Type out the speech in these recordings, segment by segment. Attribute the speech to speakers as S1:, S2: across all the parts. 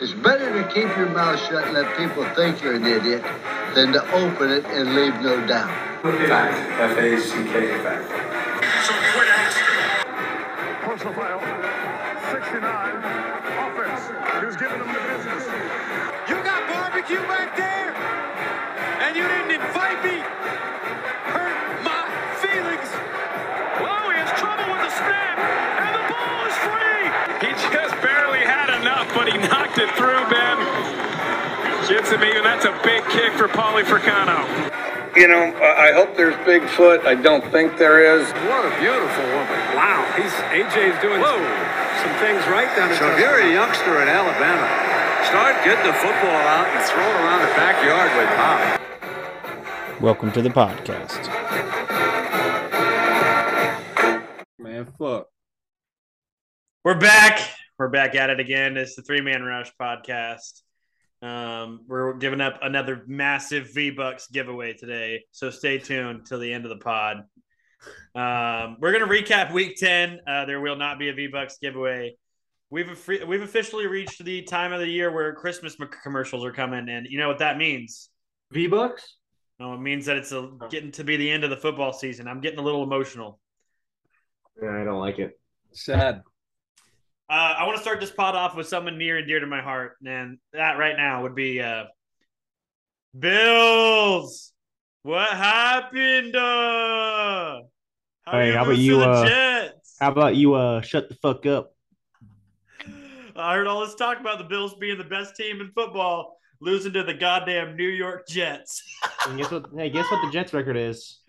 S1: It's better to keep your mouth shut and let people think you're an idiot than to open it and leave no doubt.
S2: Fact. F A C K. Fact.
S3: Some quit action.
S4: Personal foul. 69. Offense. He was giving them the business.
S5: You got barbecue back there, and you didn't invite me. Hurt my feelings.
S3: Oh, he has trouble with the snap, and the ball is free. He just barely had enough, but he knocked it through, Ben. Gets me, and that's a big kick for Pauly Fricano.
S2: You know, I I hope there's Bigfoot. I don't think there is.
S6: What a beautiful woman. Wow, he's AJ's doing some things right down
S7: So if you're a youngster in Alabama, start getting the football out and throw it around the backyard with pop.
S8: Welcome to the podcast.
S6: Man, fuck.
S9: We're back. We're back at it again. It's the Three Man Rush podcast. Um, we're giving up another massive V Bucks giveaway today, so stay tuned till the end of the pod. Um, we're gonna recap Week Ten. Uh, there will not be a V Bucks giveaway. We've affi- we've officially reached the time of the year where Christmas m- commercials are coming, and you know what that means.
S10: V Bucks?
S9: No, it means that it's a, getting to be the end of the football season. I'm getting a little emotional.
S10: Yeah, I don't like it.
S6: Sad.
S9: Uh, I want to start this pod off with someone near and dear to my heart, and that right now would be uh, Bills. What happened? Uh, how
S10: Hey,
S9: you
S10: how about
S9: lose to
S10: you,
S9: the
S10: uh,
S9: Jets?
S10: How about you uh shut the fuck up?
S9: I heard all this talk about the Bills being the best team in football, losing to the goddamn New York Jets.
S10: And guess what hey, guess what the Jets record is?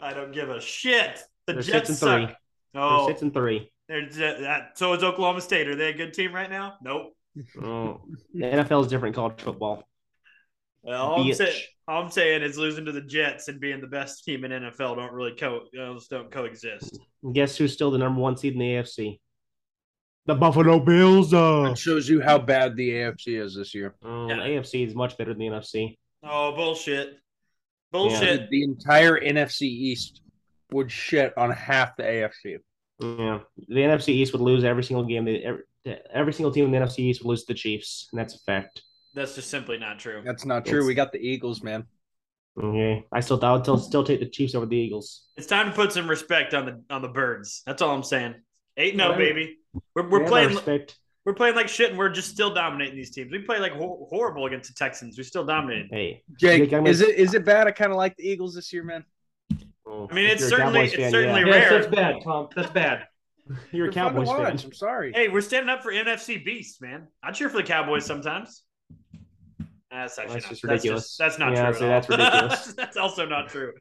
S9: I don't give a shit. The
S10: They're
S9: Jets
S10: six and
S9: suck.
S10: three. They're
S9: Oh,
S10: six and three.
S9: they're just, that, so is Oklahoma State. Are they a good team right now? Nope.
S10: Oh, the NFL is different college football.
S9: Well, all, I'm
S10: Bitch.
S9: say, all I'm saying is losing to the Jets and being the best team in NFL don't really co those don't coexist.
S10: And guess who's still the number one seed in the AFC? The Buffalo Bills. Uh,
S6: That shows you how bad the AFC is this year.
S10: Oh,
S9: Oh, Yeah.
S10: The AFC is much better than the NFC.
S9: Oh bullshit, bullshit.
S6: The entire NFC East would shit on half the AFC.
S10: Yeah, the NFC East would lose every single game. They, every, every single team in the NFC East would lose to the Chiefs, and that's a fact.
S9: That's just simply not true.
S6: That's not true. We got the Eagles, man.
S10: Okay, I still I would still, still take the Chiefs over the Eagles.
S9: It's time to put some respect on the on the birds. That's all I'm saying. Eight no
S10: Right.
S9: baby. We're, we're
S10: Yeah,
S9: playing
S10: respect.
S9: we're playing like shit and we're just still dominating these teams. We play like ho- horrible against the Texans. We still dominated.
S10: Hey,
S6: Jake,
S10: Jake, I'm
S6: is
S10: gonna-
S6: it is it bad? I kind of like the Eagles this year, man.
S10: oh,
S9: I mean,
S10: if
S9: it's
S10: you're a
S9: certainly-
S10: Cowboys
S9: it's certainly
S10: yeah.
S9: Yes, that's
S10: bad, Tom. That's bad. You're
S6: They're
S10: a
S6: fun to
S10: Cowboys fan.
S6: watch. I'm sorry.
S9: Hey, we're standing up for NFC beasts, man. I cheer for the Cowboys sometimes. That's actually
S10: That's
S9: not,
S10: just
S9: That's,
S10: ridiculous.
S9: just, that's not
S10: Yeah, I'd
S9: true.
S10: say
S9: at all.
S10: that's ridiculous.
S9: that's also not true.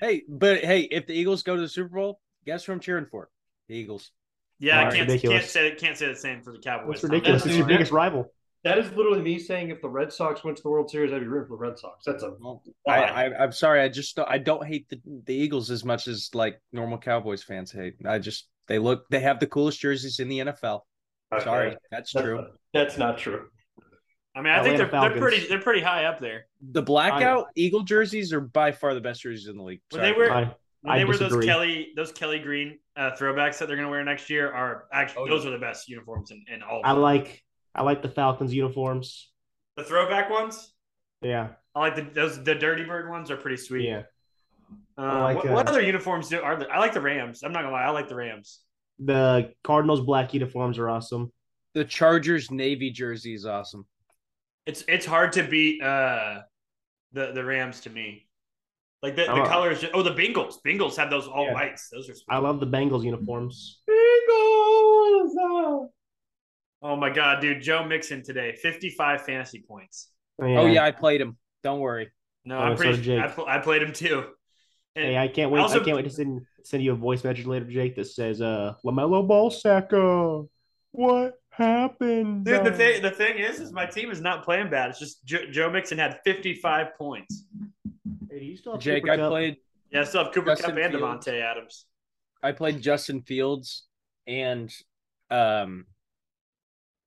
S6: Hey, but hey, if the Eagles go to the Super Bowl, guess who I'm cheering for? The Eagles.
S9: Yeah, I
S10: That's
S9: can't
S10: ridiculous.
S9: can't say can't say the same for the Cowboys.
S10: That's ridiculous.
S9: That's
S10: It's your
S9: true.
S10: biggest rival.
S7: That is literally me saying if the Red Sox went to the World Series, I'd be rooting for the Red Sox. That's a
S6: I, I, I'm sorry. I just don't- I don't hate the, the Eagles as much as like normal Cowboys fans hate. I just they look they have the coolest jerseys in the NFL. Sorry,
S7: That's-
S6: that's true.
S7: That's not true.
S9: I mean, I think they're,
S10: Atlanta
S9: they're
S10: Falcons.
S9: pretty they're pretty high up there.
S6: The blackout Eagle jerseys are by far the best jerseys in the league.
S9: When
S6: Sorry.
S9: they wear
S10: I,
S9: when they wear those
S10: disagree.
S9: Kelly those Kelly Green uh, throwbacks that they're going to wear next year are actually
S6: Oh,
S9: those are the best uniforms in, in all.
S10: I
S9: Of them.
S10: like I like the Falcons uniforms.
S9: the throwback ones.
S10: Yeah,
S9: I like the those the Dirty Bird ones are pretty sweet.
S10: yeah.
S9: Uh,
S10: like,
S9: what, what
S10: uh,
S9: other uniforms do are there? I like the Rams. I'm not gonna lie, I like the Rams.
S10: The Cardinals black uniforms are awesome.
S6: the Chargers navy jersey is awesome.
S9: It's it's hard to beat uh the the Rams to me. Like the, the
S10: Oh.
S9: colors. Oh, the Bengals. Bengals have those all
S10: Yeah.
S9: whites. Those are.
S10: I love the Bengals uniforms.
S9: Oh my god, dude! Joe Mixon today, 55 fantasy points.
S6: Oh yeah, I played him. Don't worry.
S9: No,
S10: Oh,
S9: I'm
S10: so
S9: pretty.
S10: did Jake.
S9: I, pl- I played him too. And
S10: Hey, I can't wait.
S9: also-
S10: I can't wait to send send you a voice message later, Jake, that says, "Uh, Lamelo Ball Sacco, what happened?"
S9: dude, the
S10: uh?"
S9: thing the thing is, is my team is not playing bad. It's just jo- Joe Mixon had 55 points.
S10: Hey, do you still have
S6: Jake,
S10: Cooper
S6: I
S10: Kupp?
S6: played
S9: Yeah, I still have Cooper
S6: Justin
S9: Cup and
S6: Fields.
S9: Devontae Adams.
S6: I played Justin Fields and um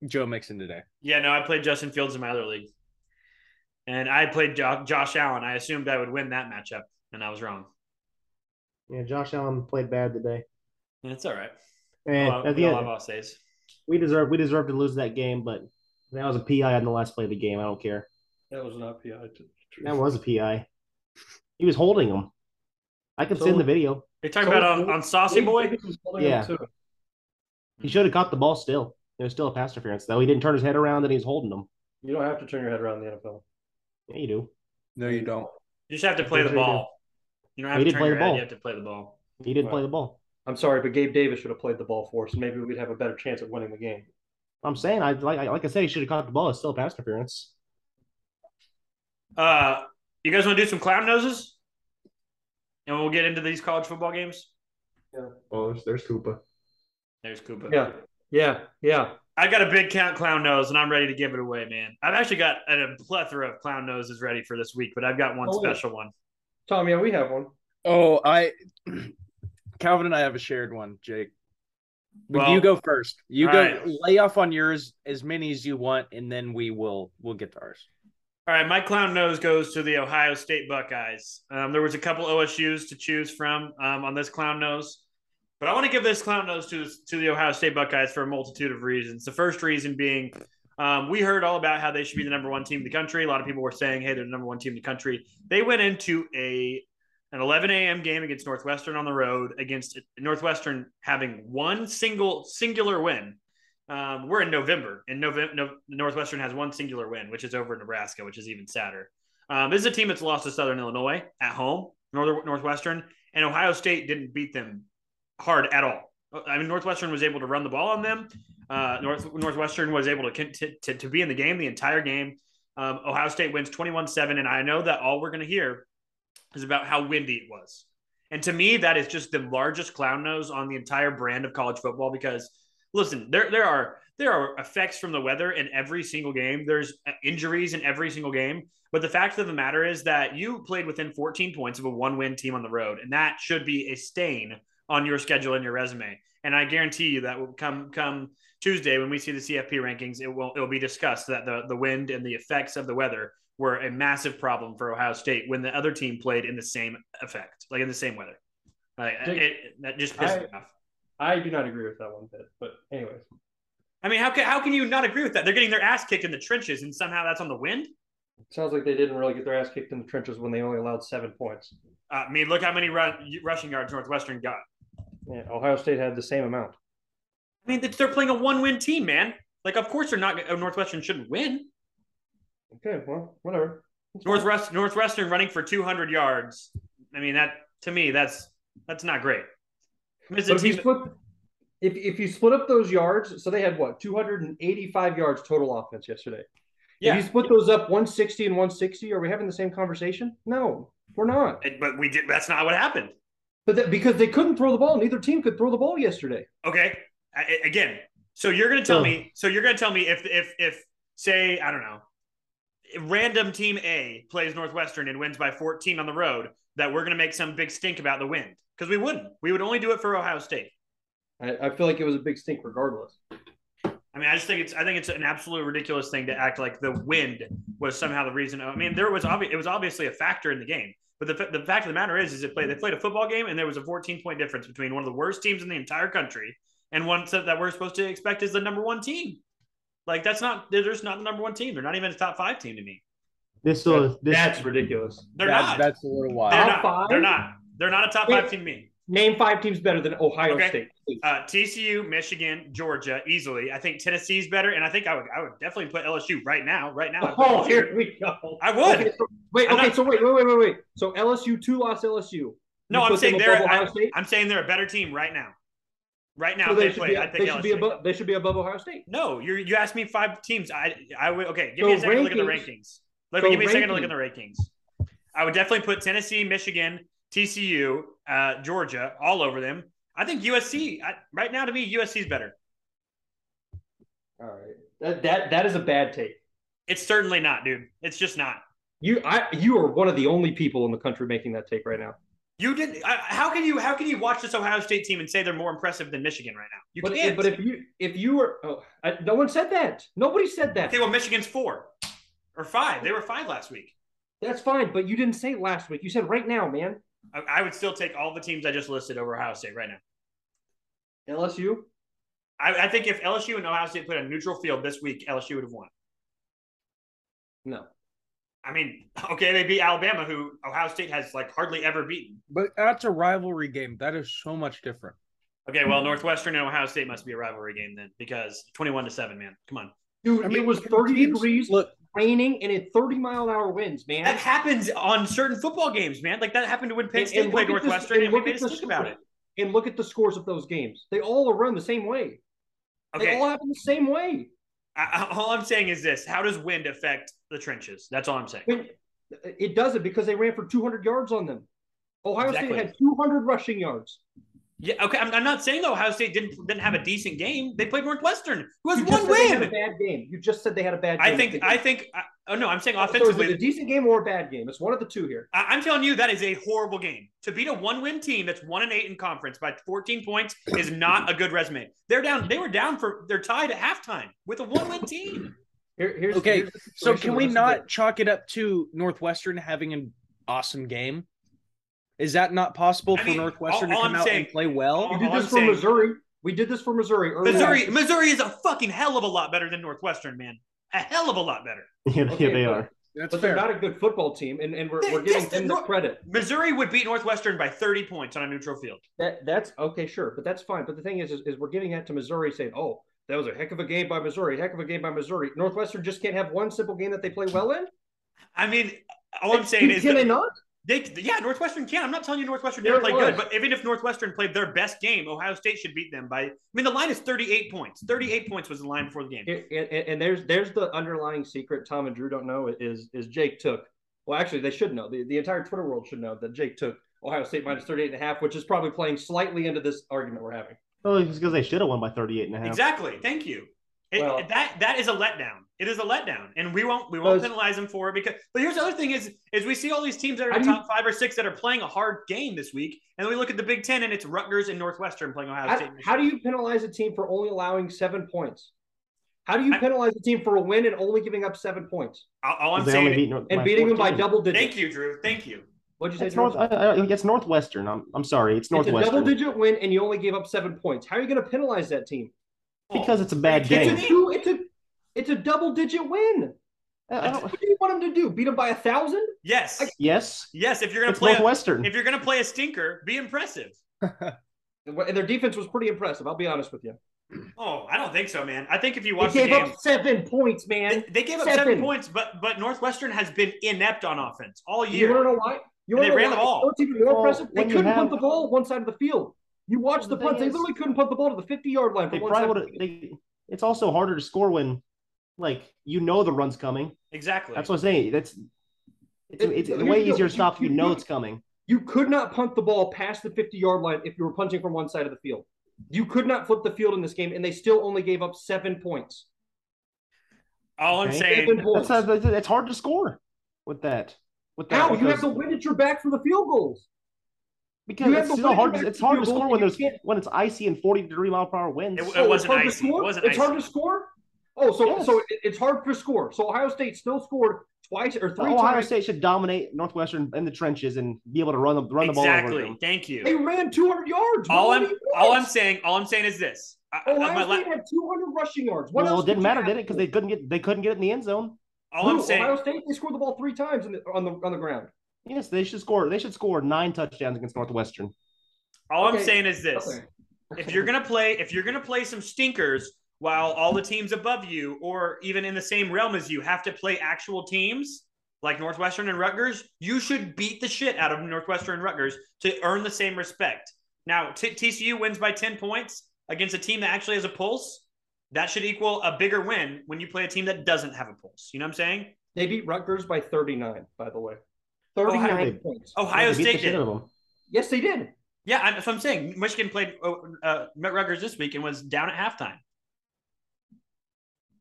S6: Joe Mixon today.
S9: Yeah, no, I played Justin Fields in my other league, and I played jo- Josh Allen. I assumed I would win that matchup, and I was wrong.
S10: Yeah, Josh Allen played bad today.
S9: That's all right.
S10: And
S9: Well,
S10: Eh, at
S9: we
S10: the
S9: all have
S10: end,
S9: off days.
S10: we deserve we deserve to lose that game, but That was a PI on the last play of the game. I don't care.
S11: That was not PI.
S10: That was a PI. He was holding him. I can
S9: So-
S10: send the video.
S9: Are you talking about on, on Saucy Boy?
S10: Yeah.
S11: Hmm.
S10: He should have caught the ball still. There was still a pass interference, though. He didn't turn his head around and he was holding him.
S11: You don't have to turn your head around in the NFL.
S10: Yeah, you do.
S6: No, you don't.
S9: You just have to play the
S11: Yes, you do.
S9: ball. You don't have
S10: He
S9: to
S10: did
S9: turn
S10: play
S9: your
S10: the
S9: head.
S10: ball.
S9: You have to play the ball.
S10: He didn't play the ball.
S11: I'm sorry, but Gabe Davis should have played the ball for us. Maybe we'd have a better chance at winning the game.
S10: I'm saying, I like, I- like I said, he should have caught the ball. It's still a pass interference.
S9: Uh, you guys want to do some clown noses? And we'll get into these college football games.
S11: Oh, there's, there's Koopa.
S9: There's Koopa.
S11: Yeah, yeah, yeah.
S9: I got a big count clown nose, and I'm ready to give it away, man. I've actually got a plethora of clown noses ready for this week, but I've got one
S11: Oh, yeah.
S9: special one.
S11: Tom, yeah, we have one.
S6: Oh, I Calvin and I have a shared one, Jake.
S9: Well,
S6: you go first. You go
S9: alright.
S6: lay off on yours as many as you want, and then we will we'll get to ours.
S9: All right, my clown nose goes to the Ohio State Buckeyes. Um, there was a couple OSU's to choose from um, on this clown nose, but I want to give this clown nose to to the Ohio State Buckeyes for a multitude of reasons. The first reason being, um, we heard all about how they should be the number one team in the country. A lot of people were saying, "Hey, they're the number one team in the country." They went into a an 11 a.m. game against Northwestern on the road against Northwestern having one single singular win. Um, we're in November, and November no, Northwestern has one singular win, which is over Nebraska, which is even sadder. Um, this is a team that's lost to Southern Illinois at home, Northern Northwestern, and Ohio State didn't beat them hard at all. Uh, I mean, Northwestern was able to run the ball on them. Uh, North, Northwestern was able to, con- to, to to be in the game the entire game. Um, Ohio State wins 21-7, and I know that all we're going to hear is about how windy it was. And to me, that is just the largest clown nose on the entire brand of college football because listen, there there are there are effects from the weather in every single game. There's uh, injuries in every single game. But the fact of the matter is that you played within 14 points of a one-win team on the road, and that should be a stain on your schedule and your resume. And I guarantee you that will come come Tuesday when we see the CFP rankings, it will it will be discussed that the the wind and the effects of the weather were a massive problem for Ohio State when the other team played in the same effect, like in the same weather. Like
S11: Jake,
S9: it, that just pissed me
S11: I-
S9: off.
S11: I do not agree with that one bit. But anyways,
S9: I mean, how can how can you not agree with that? They're getting their ass kicked in the trenches, and somehow that's on the wind.
S11: it sounds like they didn't really get their ass kicked in the trenches when they only allowed seven points.
S9: Uh, I mean, look how many run, rushing yards Northwestern got.
S11: Yeah, Ohio State had the same amount.
S9: I mean, they're playing a one-win team, man. Like, of course they're not. Northwestern shouldn't win.
S11: Okay, well, whatever.
S9: Northwest Northwestern running for 200 yards. I mean, that to me, that's that's not great. I mean, it's a
S11: But if you
S9: team-
S11: split, if, if you split up those yards, so they had what 285 yards total offense yesterday.
S9: Yeah.
S11: If you split those up 160 and 160, are we having the same conversation? No, we're not.
S9: It- But we did. That's not what happened.
S11: But that, because they couldn't throw the ball, neither team could throw the ball yesterday.
S9: Okay. I, I- again, so you're gonna tell
S11: So-
S9: me. So you're gonna tell me if if if say I don't know, random team A plays Northwestern and wins by 14 on the road, that we're gonna make some big stink about the wind because we wouldn't. We would only do it for Ohio State.
S11: I, I feel like it was a big stink regardless.
S9: I mean, I just think it's I think it's an absolutely ridiculous thing to act like the wind was somehow the reason. I mean, there was obvi- it was obviously a factor in the game, but the, fa- the fact of the matter is, is it
S11: Mm-hmm.
S9: played they played a football game and there was a 14 point difference between one of the worst teams in the entire country and one that that we're supposed to expect is the number one team. Like that's not they're just not the number one team. They're not even a top five team to me.
S10: This still this
S11: That's ridiculous.
S9: They're
S6: That-
S9: not.
S6: That's a little wild.
S9: they're
S11: Top
S9: not.
S11: five?
S9: They're not. They're not a top
S11: Wait.
S9: five team to me.
S11: Name five teams better than Ohio
S9: Okay.
S11: State. please.
S9: Uh, TCU, Michigan, Georgia, easily. I think Tennessee's better, and I think I would I would definitely put LSU right now. Right now. I'd put
S11: Oh,
S9: LSU.
S11: here we go.
S9: I would.
S11: Okay, so- wait,
S9: I'm
S11: okay,
S9: not-
S11: so wait, wait, wait, wait, wait. So LSU two lost LSU. You
S9: No, I'm
S11: put them
S9: saying
S11: above
S9: they're.
S11: Ohio
S9: I,
S11: State.
S9: am saying they're a better team right now. Right now,
S11: So
S9: if they,
S11: they, should
S9: play.
S11: be,
S9: I'd pick
S11: they should be
S9: LSU.
S11: above. They should be above Ohio State.
S9: no, you you asked me five teams. I I would okay. Give
S11: So
S9: me a second to look at the rankings. Let me
S11: so
S9: give me a second to look at the rankings. I would definitely put Tennessee, Michigan, TCU, uh, Georgia, all over them. I think USC I, right now to me USC is better.
S11: All right, that that that is a bad take.
S9: It's certainly not, dude. It's just not.
S11: You I you are one of the only people in the country making that take right now.
S9: You did. I, how can you how can you watch this Ohio State team and say they're more impressive than Michigan right now? You
S11: but,
S9: can't.
S11: but if you if you were oh, I, no one said that. Nobody said that.
S9: okay, well Michigan's four or five. They were five last week.
S11: That's fine, but you didn't say last week. You said right now, man.
S9: I, I would still take all the teams I just listed over Ohio State right now.
S11: LSU.
S9: I, I think if LSU and Ohio State put a neutral field this week, LSU would have won.
S12: No.
S9: I mean, okay, they beat Alabama, who Ohio State has like hardly ever beaten.
S6: But that's a rivalry game. That is so much different.
S9: Okay, well, Northwestern and Ohio State must be a rivalry game then, because twenty-one to seven, man. Come on,
S12: Dude, it was 30 degrees, raining, and it 30 mile an hour winds, man.
S9: that happens on certain football games, man. Like that happened when Penn
S12: And-
S9: State
S12: and
S9: played
S12: look at this-
S9: Northwestern, and, we
S12: look
S9: made
S12: at
S9: us
S12: the
S9: think about
S12: score.
S9: it.
S12: And look at the scores of those games. They all are run the same way.
S9: Okay.
S12: They all happen the same way.
S9: I, I- all I'm saying is this: How does wind affect the trenches? That's all I'm saying.
S12: When- It doesn't because they ran for 200 yards on them. Ohio
S9: Exactly.
S12: State had 200 rushing yards.
S9: Yeah, okay. I'm, I'm not saying that Ohio State didn't didn't have a decent game. They played Northwestern, who has
S12: You just
S9: one
S12: said they had a
S9: win.
S12: bad game. You just said they had a bad game.
S9: I think. I think. I, oh no, I'm saying
S12: So is it a
S9: offensively.
S12: decent game or a bad game? It's one of the two here.
S9: I, I'm telling you that is a horrible game to beat a one-win team that's one and eight in conference by 14 points is not a good resume. They're down. They were down for. They're tied at halftime with a one-win team.
S12: Here, here's,
S6: okay,
S12: here's the
S6: so
S12: situation
S6: can
S12: with
S6: we
S12: us
S6: not chalk it up to Northwestern having an awesome game? Is that not possible for Northwestern
S9: all
S6: to come
S9: I'm
S6: out
S9: saying-
S6: and play well?
S12: We did this for Missouri. We did this for Missouri. Early
S9: Missouri.
S12: on.
S9: Missouri is a fucking hell of a lot better than Northwestern, man. A hell of a lot better.
S10: Yeah,
S12: Okay,
S10: they
S12: but-
S10: are.
S12: but they're not a good football team, and, and we're,
S9: They-
S12: we're giving
S9: yes, they're
S12: them the
S9: not-
S12: credit.
S9: Missouri would beat Northwestern by 30 points on a neutral field.
S12: That that's okay, sure, but that's fine. But the thing is, is, is we're giving that to Missouri, saying, "Oh, that was a heck of a game by Missouri, heck of a game by Missouri." Northwestern just can't have one simple game that they play well in.
S9: I mean, all I'm saying is
S12: can
S9: that-
S12: they not?
S9: They, yeah, Northwestern can. I'm not telling you Northwestern
S12: There
S9: never
S12: it
S9: played good,
S12: was.
S9: but even if Northwestern played their best game, Ohio State should beat them by. I mean, the line is 38 points. 38 points was the line before the game.
S12: And, and, and there's there's the underlying secret Tom and Drew don't know is is Jake took. Well, actually, they should know. The, the entire Twitter world should know that Jake took Ohio State minus 38 and a half, which is probably playing slightly into this argument we're having.
S10: Well, it's because they should have won by 38 and a half.
S9: Exactly. Thank you. It-
S12: Well-
S9: that that is a letdown. It is a letdown, and we won't we won't
S12: Those-
S9: penalize them for it because. But here's the other thing: is is we see all these teams that are
S12: How
S9: in
S12: do you-
S9: top five or six that are playing a hard game this week, and then we look at the Big Ten and it's Rutgers and Northwestern playing Ohio
S12: How,
S9: State.
S12: how do you penalize a team for only allowing seven points? How do you penalize a team for a win and only giving up seven points?
S9: All- all I'm
S10: They only
S9: saying,
S10: beat North-
S12: and
S10: by
S12: beating them by
S10: 14.
S12: double digits.
S9: thank you, Drew. Thank you.
S12: What'd you say?
S10: It's, North, I,
S12: George?
S10: I, it's Northwestern. I'm, I'm sorry. It's
S12: It's a
S10: Northwestern.
S12: double-digit win, and you only gave up seven points. How are you going to penalize that team?
S10: because it's a bad
S12: It's
S10: game.
S12: a two. It's a it's a double-digit win.
S10: I- I don't-
S12: What do you want them to do? Beat them by a thousand?
S9: Yes,
S10: yes.
S9: yes. If you're gonna
S10: It's
S9: play a-
S10: Northwestern.
S9: if you're gonna play a stinker, be impressive.
S12: And their defense was pretty impressive. I'll be honest with you.
S9: Oh, I don't think so, man. I think if you
S12: They
S9: watch the
S12: gave
S9: game,
S12: up seven points, man.
S9: they gave up seven points, but but Northwestern has been inept on offense all
S12: You
S9: year.
S12: want to know why? You
S9: And
S12: want
S9: they
S12: to know
S9: ran the
S12: why?
S9: ball.
S12: What's even more
S10: Well,
S12: impressive? They
S10: when you
S12: couldn't
S10: have-
S12: punt the ball one side of the field. You watch
S10: Well,
S12: the
S10: the
S12: punts; they
S10: thing is-
S12: literally couldn't punt the ball to the fifty-yard line.
S10: They
S12: From one side
S10: probably
S12: of
S10: would
S12: the
S10: have.
S12: field.
S10: They, it's also harder to score when, like, you know the run's coming.
S9: Exactly.
S10: That's what I'm saying. That's it's,
S12: It-
S10: it's
S12: here's
S10: way
S12: the deal.
S10: easier to stop if you
S12: You-
S10: know
S12: you-
S10: it's coming.
S12: You could not punt the ball past the 50 yard line if you were punting from one side of the field. You could not flip the field in this game, and they still only gave up seven points.
S9: all I'm
S10: Okay.
S9: saying.
S12: Seven points.
S10: That's, that's, that's hard to score with that. With that,
S12: How? You have
S10: because-
S12: to win at your back for the field goals.
S10: because
S12: you have
S10: it's
S12: to
S10: still
S12: win
S10: hard.
S12: back
S10: To, it's
S12: to
S10: hard to
S12: your goal
S10: score
S12: and
S10: when
S12: you
S10: there's
S12: can't-
S10: when it's icy and 40 degree mile per hour winds.
S9: It- it
S12: Oh,
S9: wasn't
S12: it's hard
S9: icy.
S12: To
S9: It
S12: score?
S9: wasn't
S12: it's hard
S9: icy.
S12: to score? Oh, so
S10: Yes.
S12: so it- it's hard to score. So Ohio State still scored twice or three
S10: Ohio
S12: times.
S10: State should dominate Northwestern in the trenches and be able to run the run the ball over
S9: Exactly.
S10: them.
S9: Thank
S12: They
S9: you.
S12: ran 200 yards.
S9: All
S12: What
S9: I'm
S12: do you
S9: all I'm
S12: want?
S9: saying all I'm saying is this. I, I- my
S12: Ohio
S9: la-
S12: State had 200 rushing yards. What
S10: well,
S12: else
S10: it didn't
S12: could you
S10: matter,
S12: ask
S10: did it? Because
S12: for?
S10: they couldn't get they couldn't get it in the end zone.
S9: all I'm
S12: Who? Ohio
S9: saying.
S12: State they scored the ball three times in the, on the on the ground.
S10: Yes, they should score. They should score nine touchdowns against Northwestern.
S9: All I'm
S12: Okay.
S9: saying is this.
S12: Okay.
S9: if you're gonna play if you're gonna play some stinkers while all the teams above you or even in the same realm as you have to play actual teams like Northwestern and Rutgers, you should beat the shit out of Northwestern and Rutgers to earn the same respect. Now, T- TCU wins by 10 points against a team that actually has a pulse. That should equal a bigger win when you play a team that doesn't have a pulse. You know what I'm saying?
S12: They beat Rutgers by 39, by the way. 39
S10: Ohio-
S12: points.
S9: Ohio
S10: They beat the
S9: State
S10: shit
S9: did.
S10: out of them.
S12: Yes, they did.
S9: Yeah, I, that's what I'm saying. Michigan played uh, uh, met Rutgers this week and was down at halftime.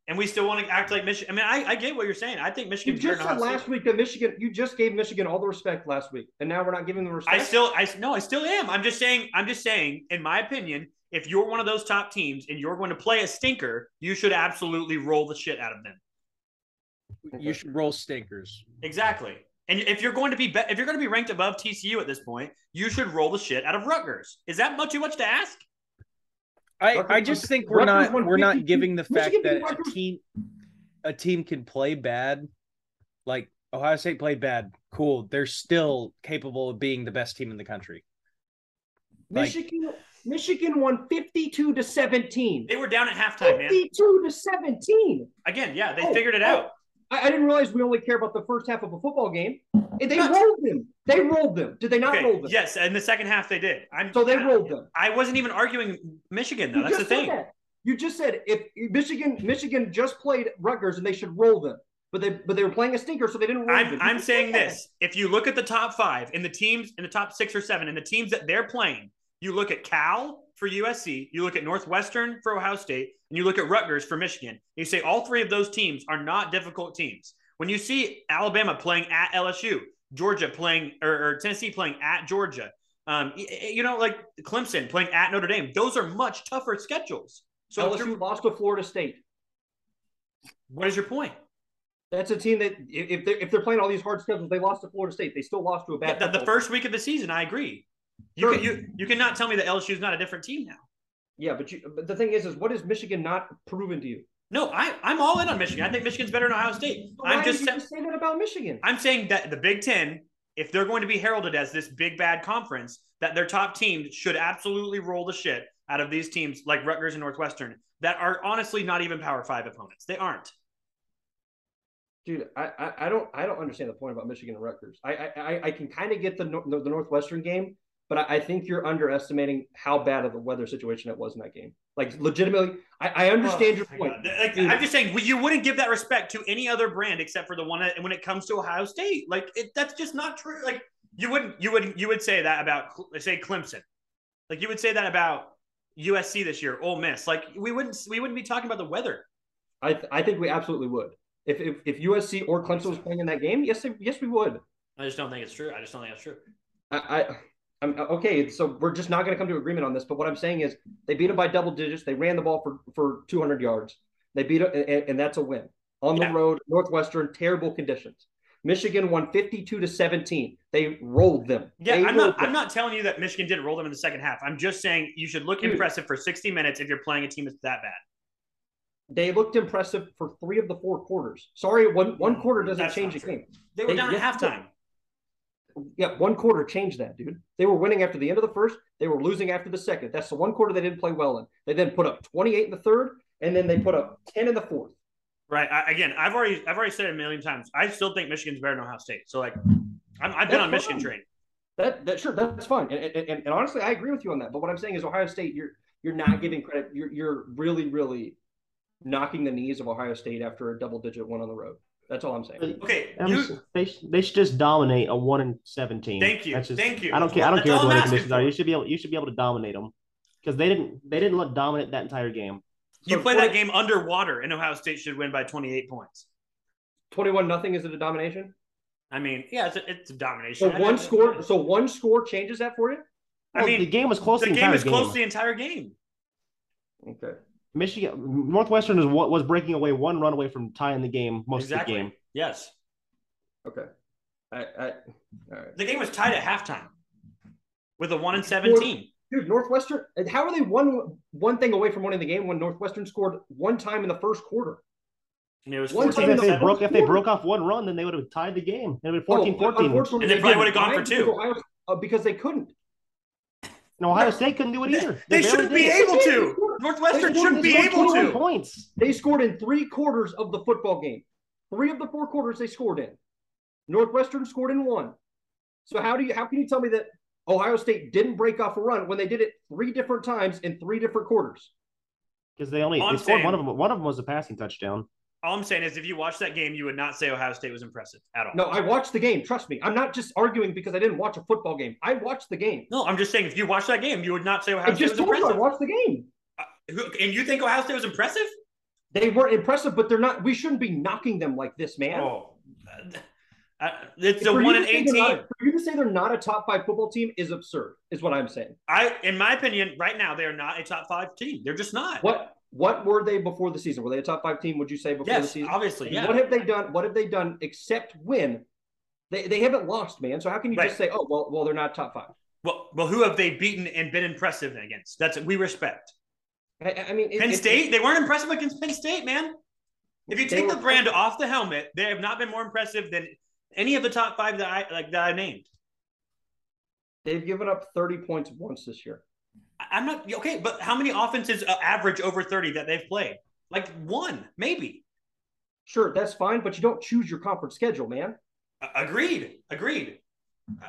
S9: And we still want to act like Michigan. I mean, I, I get what you're saying. I think
S12: You
S9: Michigan's better
S12: just
S9: than
S12: said
S9: Ohio
S12: last
S9: State.
S12: week that Michigan, you just gave Michigan all the respect last week, and now we're not giving them respect.
S9: I still, I no, I still am. I'm just saying. I'm just saying. In my opinion, if you're one of those top teams and you're going to play a stinker, you should absolutely roll the shit out of them.
S6: You should roll stinkers.
S9: Exactly. And if you're going to be, be if you're going to be ranked above TCU at this point, you should roll the shit out of Rutgers. Is that much too much to ask?
S6: I, I
S12: Rutgers-
S6: just think we're
S12: Rutgers
S6: not
S12: won
S6: we're not
S12: 52
S6: giving the fact
S12: Michigan beat
S6: that a
S12: Rutgers-
S6: team a team can play bad Like Ohio State played bad. Cool. They're still capable of being the best team in the country. Like-
S12: Michigan Michigan won 52 to 17.
S9: They were down at halftime, man.
S12: 52 to 17.
S9: Again, yeah, they
S12: Oh,
S9: figured it
S12: oh.
S9: out.
S12: I, I didn't realize we only care about the first half of a football game. And they rolled them. They rolled them. Did they not
S9: Okay,
S12: roll them?
S9: Yes, in the second half they did. I'm
S12: So they rolled them.
S9: I wasn't even arguing Michigan though.
S12: You
S9: That's the
S12: just said
S9: thing.
S12: that. You just said if Michigan Michigan just played Rutgers and they should roll them, but they but they were playing a stinker, so they didn't roll them.
S9: I'm,
S12: You
S9: I'm
S12: just
S9: saying
S12: said that.
S9: this. If you look at the top five in the teams in the top six or seven in the teams that they're playing, you look at Cal for USC, you look at Northwestern for Ohio State, and you look at Rutgers for Michigan. You say all three of those teams are not difficult teams. When you see Alabama playing at LSU, Georgia playing or, or Tennessee playing at Georgia, um, y- y- you know, like Clemson playing at Notre Dame, those are much tougher schedules. So
S12: LSU lost to Florida State.
S9: What is your point?
S12: That's a team that if if they're, if they're playing all these hard schedules, they lost to Florida State. They still lost to a bad.
S9: the, the
S12: football
S9: first week of the season, I agree. You can you you cannot tell me that LSU is not a different team now.
S12: Yeah, but you, but the thing is, is what is Michigan not proven to you?
S9: No, I, I'm all in on Michigan. I think Michigan's better than Ohio State.
S12: why
S9: I'm
S12: did
S9: just,
S12: you just say that about Michigan.
S9: I'm saying that the Big Ten, if they're going to be heralded as this big bad conference, that their top team should absolutely roll the shit out of these teams like Rutgers and Northwestern that are honestly not even Power Five opponents. They aren't.
S12: dude I, I i don't i don't understand the point about michigan and rutgers i I- i i can kind of get the Nor- the northwestern game but I, I think you're underestimating how bad of a weather situation it was in that game like legitimately i, I
S9: Oh,
S12: understand your point
S9: Like, I'm just saying well, you wouldn't give that respect to any other brand except for the one that, when it comes to Ohio State. Like it, that's just not true. Like you wouldn't you would you would say that about Cle- say Clemson. Like you would say that about USC this year, Ole Miss. Like we wouldn't we wouldn't be talking about the weather.
S12: i th- i think we absolutely would if, if if usc or clemson was playing in that game yes they, yes we would
S9: I just don't think it's true. I just don't think it's true.
S12: i i I'm, okay, so we're just not going to come to agreement on this. But what I'm saying is, they beat them by double digits. They ran the ball for, for 200 yards. They beat it, and, and that's a win on the road. Northwestern, terrible conditions. Michigan won 52 to 17. They rolled them.
S9: Yeah,
S12: They
S9: I'm not.
S12: rolled them.
S9: I'm not telling you that Michigan didn't roll them in the second half. I'm just saying you should look
S12: Dude.
S9: impressive for 60 minutes if you're playing a team that's that bad.
S12: They looked impressive for three of the four quarters. Sorry, one one quarter doesn't
S9: Mm, That's
S12: change a
S9: not true.
S12: game.
S9: They were down at
S12: yes,
S9: halftime.
S12: Yeah, one quarter changed that, dude. They were winning after the end of the first. They were losing after the second. That's the one quarter they didn't play well in. They then put up 28 in the third, and then they put up 10 in the fourth.
S9: Right. I, again, I've already I've already said it a million times. I still think Michigan's better than Ohio State. So like, I'm, I've been
S12: That's
S9: on Michigan
S12: fine.
S9: train.
S12: That that sure that's fine, and, and, and, and honestly, I agree with you on that. But what I'm saying is, Ohio State, you're you're not giving credit. You're you're really really knocking the knees of Ohio State after a double digit one on the road. That's all I'm saying.
S9: Okay,
S10: I'm s- they, sh- they should just dominate a one and seventeen.
S9: Thank you.
S10: That's just,
S9: Thank you.
S10: I don't care. I don't
S9: That's
S10: care what
S9: all
S10: the
S9: I'm
S10: weather
S9: asking
S10: conditions are. You should be able. You should be able to dominate them because they didn't. They didn't look dominant that entire game.
S9: You play that game underwater, and Ohio State should win by 28 points.
S12: 21 nothing is it a domination?
S9: I mean, yeah, it's a, it's a domination.
S12: So
S9: I
S12: one
S9: think-
S12: score, so one score changes that for you.
S9: I
S10: Well,
S9: mean,
S10: the game was close
S9: The
S10: the
S9: game
S10: entire
S9: is close
S10: game.
S9: the entire game.
S12: Okay.
S10: Michigan Northwestern is what was breaking away one run away from tying the game most
S9: Exactly.
S10: of the game.
S9: Yes.
S12: Okay. I, I all right.
S9: The game was tied at halftime with a one and 17.
S12: Dude, Northwestern. and How are they one one thing away from winning the game when Northwestern scored one time in the first quarter?
S9: And it was
S12: One
S9: 14
S12: time
S10: If they
S12: Seven
S10: broke if they
S12: quarters.
S10: broke off one run, then they would have tied the game. It would have been 14
S12: Oh,
S10: 14.
S12: unfortunately, didn't.
S9: would've gone
S12: Why?
S9: for two.
S12: Because Ohio- uh, because they couldn't.
S10: And Ohio State couldn't do it either.
S9: They
S10: barely
S9: shouldn't
S10: did
S9: be
S10: it.
S9: able to. Northwestern
S12: They scored-
S9: shouldn't be
S12: they scored
S9: able
S12: 21
S9: to.
S10: points.
S12: They scored in three quarters of the football game. Three of the four quarters they scored in. Northwestern scored in one. So how do you how can you tell me that Ohio State didn't break off a run when they did it three different times in three different quarters?
S10: because they only
S9: All I'm
S10: they scored one
S9: saying-
S10: of them. One of them was a passing touchdown.
S9: All I'm saying is, if you watch that game, you would not say Ohio State was impressive at all.
S12: No, I watched the game. Trust me. I'm not just arguing because I didn't watch a football game. I watched the game.
S9: No, I'm just saying, if you watch that game, you would not say
S12: I
S9: Ohio State
S12: just
S9: was
S12: told you I
S9: impressive.
S12: watched the game.
S9: Who- And you think Ohio State was impressive?
S12: They weren't impressive, but they're not. We shouldn't be knocking them like this, man.
S9: Oh, uh, it's
S12: For
S9: a
S12: you
S9: one
S12: to
S9: and
S12: say they're
S9: eighteen.
S12: not- For you to say they're not a top five football team is absurd, is what I'm saying.
S9: I, in my opinion, right now they are not a top five team. They're just not.
S12: What what were they before the season? Were they a top five team? Would you say before the
S9: Yes,
S12: season?
S9: obviously,
S12: And
S9: yeah.
S12: What have they done? What have they done except win? They, they haven't lost, man. So how can you just say, oh well, well they're not top five?
S9: Well, well, who have they beaten and been impressive against? That's we respect.
S12: I, I mean, it-
S9: Penn
S12: it-
S9: State. They weren't impressive against Penn State, man. If you take the brand off the helmet, they have not been more impressive than any of the top five that I like that I named.
S12: They've given up 30 points once this year.
S9: I- I'm not okay, but how many offenses uh, average over 30 that they've played? Like one, maybe.
S12: Sure, that's fine, but you don't choose your conference schedule, man.
S9: A- Agreed. Agreed.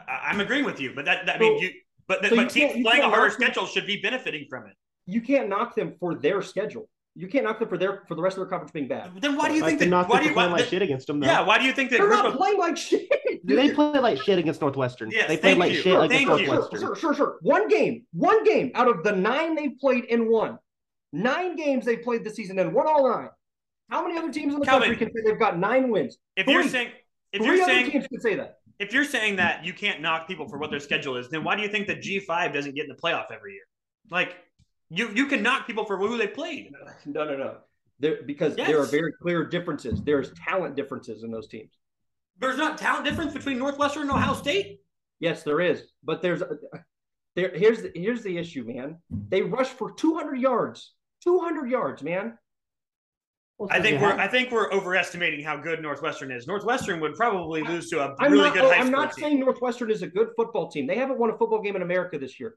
S9: I- I'm agreeing with you, but that, that I mean, you, but, that
S12: so
S9: but
S12: you
S9: teams
S12: can't- you
S9: playing a
S12: can't
S9: harder
S12: knock them-
S9: schedule should be benefiting from it.
S12: You can't knock them for their schedule. You can't knock them for their for the rest of their conference being bad.
S9: Then why do you
S10: Like,
S9: think
S10: they're
S9: that?
S10: not
S9: Why do
S10: they're
S9: you? Why,
S10: playing like shit against them. Though.
S9: yeah. Why do you think that
S12: They're
S9: group
S12: not
S9: of
S12: playing like shit.
S10: they play like shit against Northwestern.
S9: Yes,
S10: they play
S9: thank
S10: like
S9: you.
S10: shit against
S9: Thank you.
S12: sure,
S10: Northwestern.
S12: sure, sure, sure. One game, one game out of the nine they've played and won. Nine games they've played this season and won all nine. How many other teams in the
S9: Calvin,
S12: country can say they've got nine wins?
S9: if you're
S12: Three.
S9: saying if
S12: Three
S9: you're
S12: other
S9: saying
S12: teams can say that.
S9: if you're saying that you can't knock people for what their schedule is, then why do you think that G five doesn't get in the playoff every year? Like you you can knock people for who they played.
S12: No, no, no. There, because there are
S9: Yes.
S12: very clear differences. There's talent differences in those teams.
S9: There's not talent difference between Northwestern and Ohio State.
S12: Yes, there is, but there's there. Here's the, here's the issue, man. They rush for 200 yards. 200 yards, man.
S9: I think we're I think we're overestimating how good Northwestern is. Northwestern would probably lose to a
S12: I'm
S9: really
S12: not,
S9: good
S12: oh,
S9: high
S12: I'm
S9: school
S12: not
S9: team.
S12: saying Northwestern is a good football team. They haven't won a football game in America this year.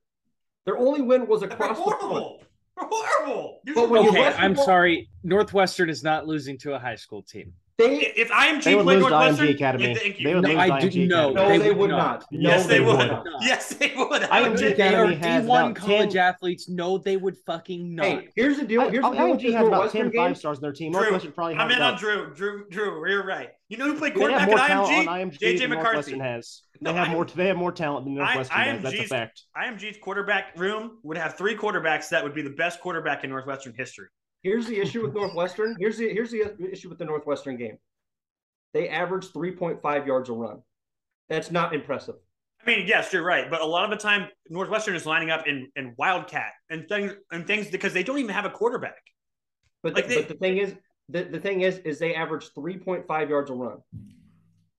S12: Their only win was across the front.
S9: Horrible. They're horrible. You
S12: But
S9: should-
S12: when you
S6: Okay,
S12: rush the
S6: I'm
S12: ball-
S6: sorry. Northwestern is not losing to a high school team.
S12: They,
S9: if IMG
S10: They would
S9: played
S10: lose to
S9: Northwestern,
S10: IMG Academy.
S9: Yeah, thank you.
S10: They would
S6: No,
S10: lose
S6: I
S10: to
S6: do
S10: IMG
S6: know.
S10: Academy.
S12: No, they would not. No,
S9: yes, they,
S10: they
S9: would.
S10: would.
S9: Yes, they would.
S10: IMG
S6: They are
S10: Academy has
S6: D1
S10: about
S6: college
S10: 10
S6: athletes. No, they would fucking not.
S12: Hey, here's the deal. Here's the deal. with
S10: IMG
S12: these
S10: has about
S12: Northwestern
S10: 10 five
S12: games.
S10: stars in their team.
S9: Drew,
S10: Northwestern probably
S9: I'm
S10: has
S9: in on
S10: about.
S9: Drew. Drew, Drew, you're right. You know who played
S10: They
S9: quarterback
S10: have more
S9: at IMG?
S10: talent on IMG
S9: JJ
S10: than Northwestern
S9: McCarthy.
S10: has.
S9: No,
S10: They have
S9: I-
S10: more. They have more talent than
S9: I,
S10: Northwestern has. That's a
S9: IMG's,
S10: fact.
S9: IMG's quarterback room would have three quarterbacks that would be the best quarterback in Northwestern history.
S12: Here's the issue with Northwestern. Here's the here's the issue with the Northwestern game. They averaged 3.5 yards a run. That's not impressive.
S9: I mean, yes, you're right, but a lot of the time Northwestern is lining up in, in wildcat and things and things because they don't even have a quarterback.
S12: But,
S9: Like
S12: the,
S9: they-
S12: but the thing is, the, the thing is, is they averaged 3.5 yards a run.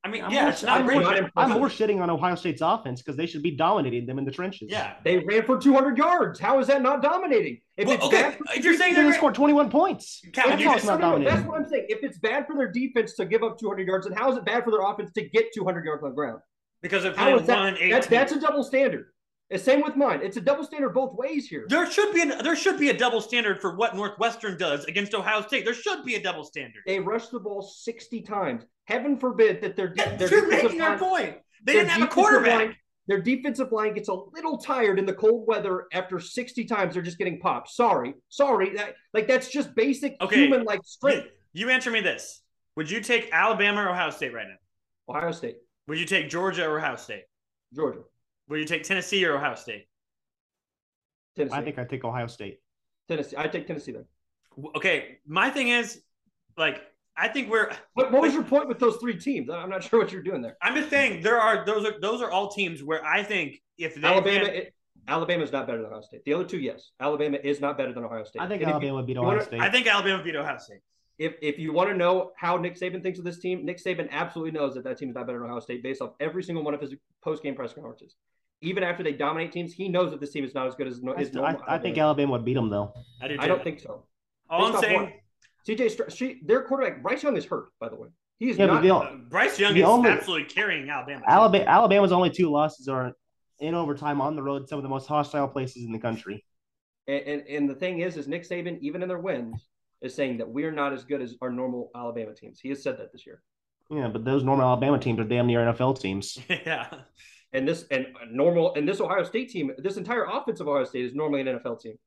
S9: I mean,
S10: I'm
S9: yeah,
S10: more-
S9: it's not
S10: I'm
S9: great.
S10: more-
S9: but-
S10: I'm more shitting on Ohio State's offense because they should be dominating them in the trenches.
S9: yeah.
S12: They ran for 200 yards. How is that not dominating? If
S9: Well,
S12: it's
S9: okay,
S12: bad for
S9: if you're saying
S10: They
S9: they're
S10: scored 21 points.
S9: Calvin,
S10: That's
S9: you
S10: how
S9: just-
S10: it's
S12: No,
S10: not
S12: no, no, that's
S10: dominating.
S12: what I'm saying. If it's bad for their defense to give up 200 yards, then how is it bad for their offense to get 200 yards on the ground?
S9: because they're
S12: How
S9: playing
S12: is
S9: one
S12: that?
S9: eight.
S12: that that's a double standard. The same with mine. It's a double standard both ways here.
S9: There should be an, there should be a double standard for what Northwestern does against Ohio State. There should be a double standard.
S12: They rushed the ball 60 times. Heaven forbid that their, de- their
S9: You're
S12: defensive
S9: making
S12: line-
S9: our point. They
S12: their
S9: didn't have a
S12: defensive
S9: quarterback.
S12: line- their defensive line gets a little tired in the cold weather after 60 times they're just getting popped. Sorry. Sorry. That like that's just basic
S9: Okay.
S12: human like
S9: you,
S12: strength.
S9: you answer me this: Would you take Alabama or Ohio State right now?
S12: Ohio State,
S9: Would you take Georgia or Ohio State?
S12: Georgia,
S9: Would you take Tennessee or Ohio State?
S12: Tennessee.
S10: I think I take Ohio State.
S12: Tennessee. I take Tennessee there.
S9: W- Okay, my thing is, like, I think we're.
S12: What, what was your point with those three teams? I'm not sure what you're doing there.
S9: I'm just saying there are those are those are all teams where I think if they
S12: Alabama. It, Alabama's not better than Ohio State. The other two, yes. Alabama is not better than Ohio State.
S10: I think
S12: And if you-
S10: Alabama would beat
S12: you wanna-
S10: Ohio State.
S9: I think Alabama beat Ohio State.
S12: If if you want to know how Nick Saban thinks of this team, Nick Saban absolutely knows that that team is not better than Ohio State based off every single one of his post game press conferences. Even after they dominate teams, he knows that this team is not as good as. no-
S10: I,
S12: as
S10: still- I-
S12: normal
S10: I think
S12: Alabama.
S10: Alabama would beat them though.
S9: I do.
S12: I
S9: too.
S12: don't think so.
S9: All I'm
S12: Based off
S9: saying,
S12: what? CJ, Stra- she, their quarterback Bryce Young is hurt. By the way, he is
S10: Yeah, but
S12: not.
S10: the,
S9: uh, Bryce Young
S10: The
S9: is
S10: only-
S9: absolutely carrying Alabama.
S10: Alabama Alabama's only two losses are in overtime on the road, some of the most hostile places in the country.
S12: And, and and the thing is, is Nick Saban, even in their wins, is saying that we are not as good as our normal Alabama teams. He has said that this year.
S10: Yeah, but those normal Alabama teams are damn near NFL teams.
S9: yeah.
S12: And this and normal and this Ohio State team, this entire offense of Ohio State is normally an NFL team.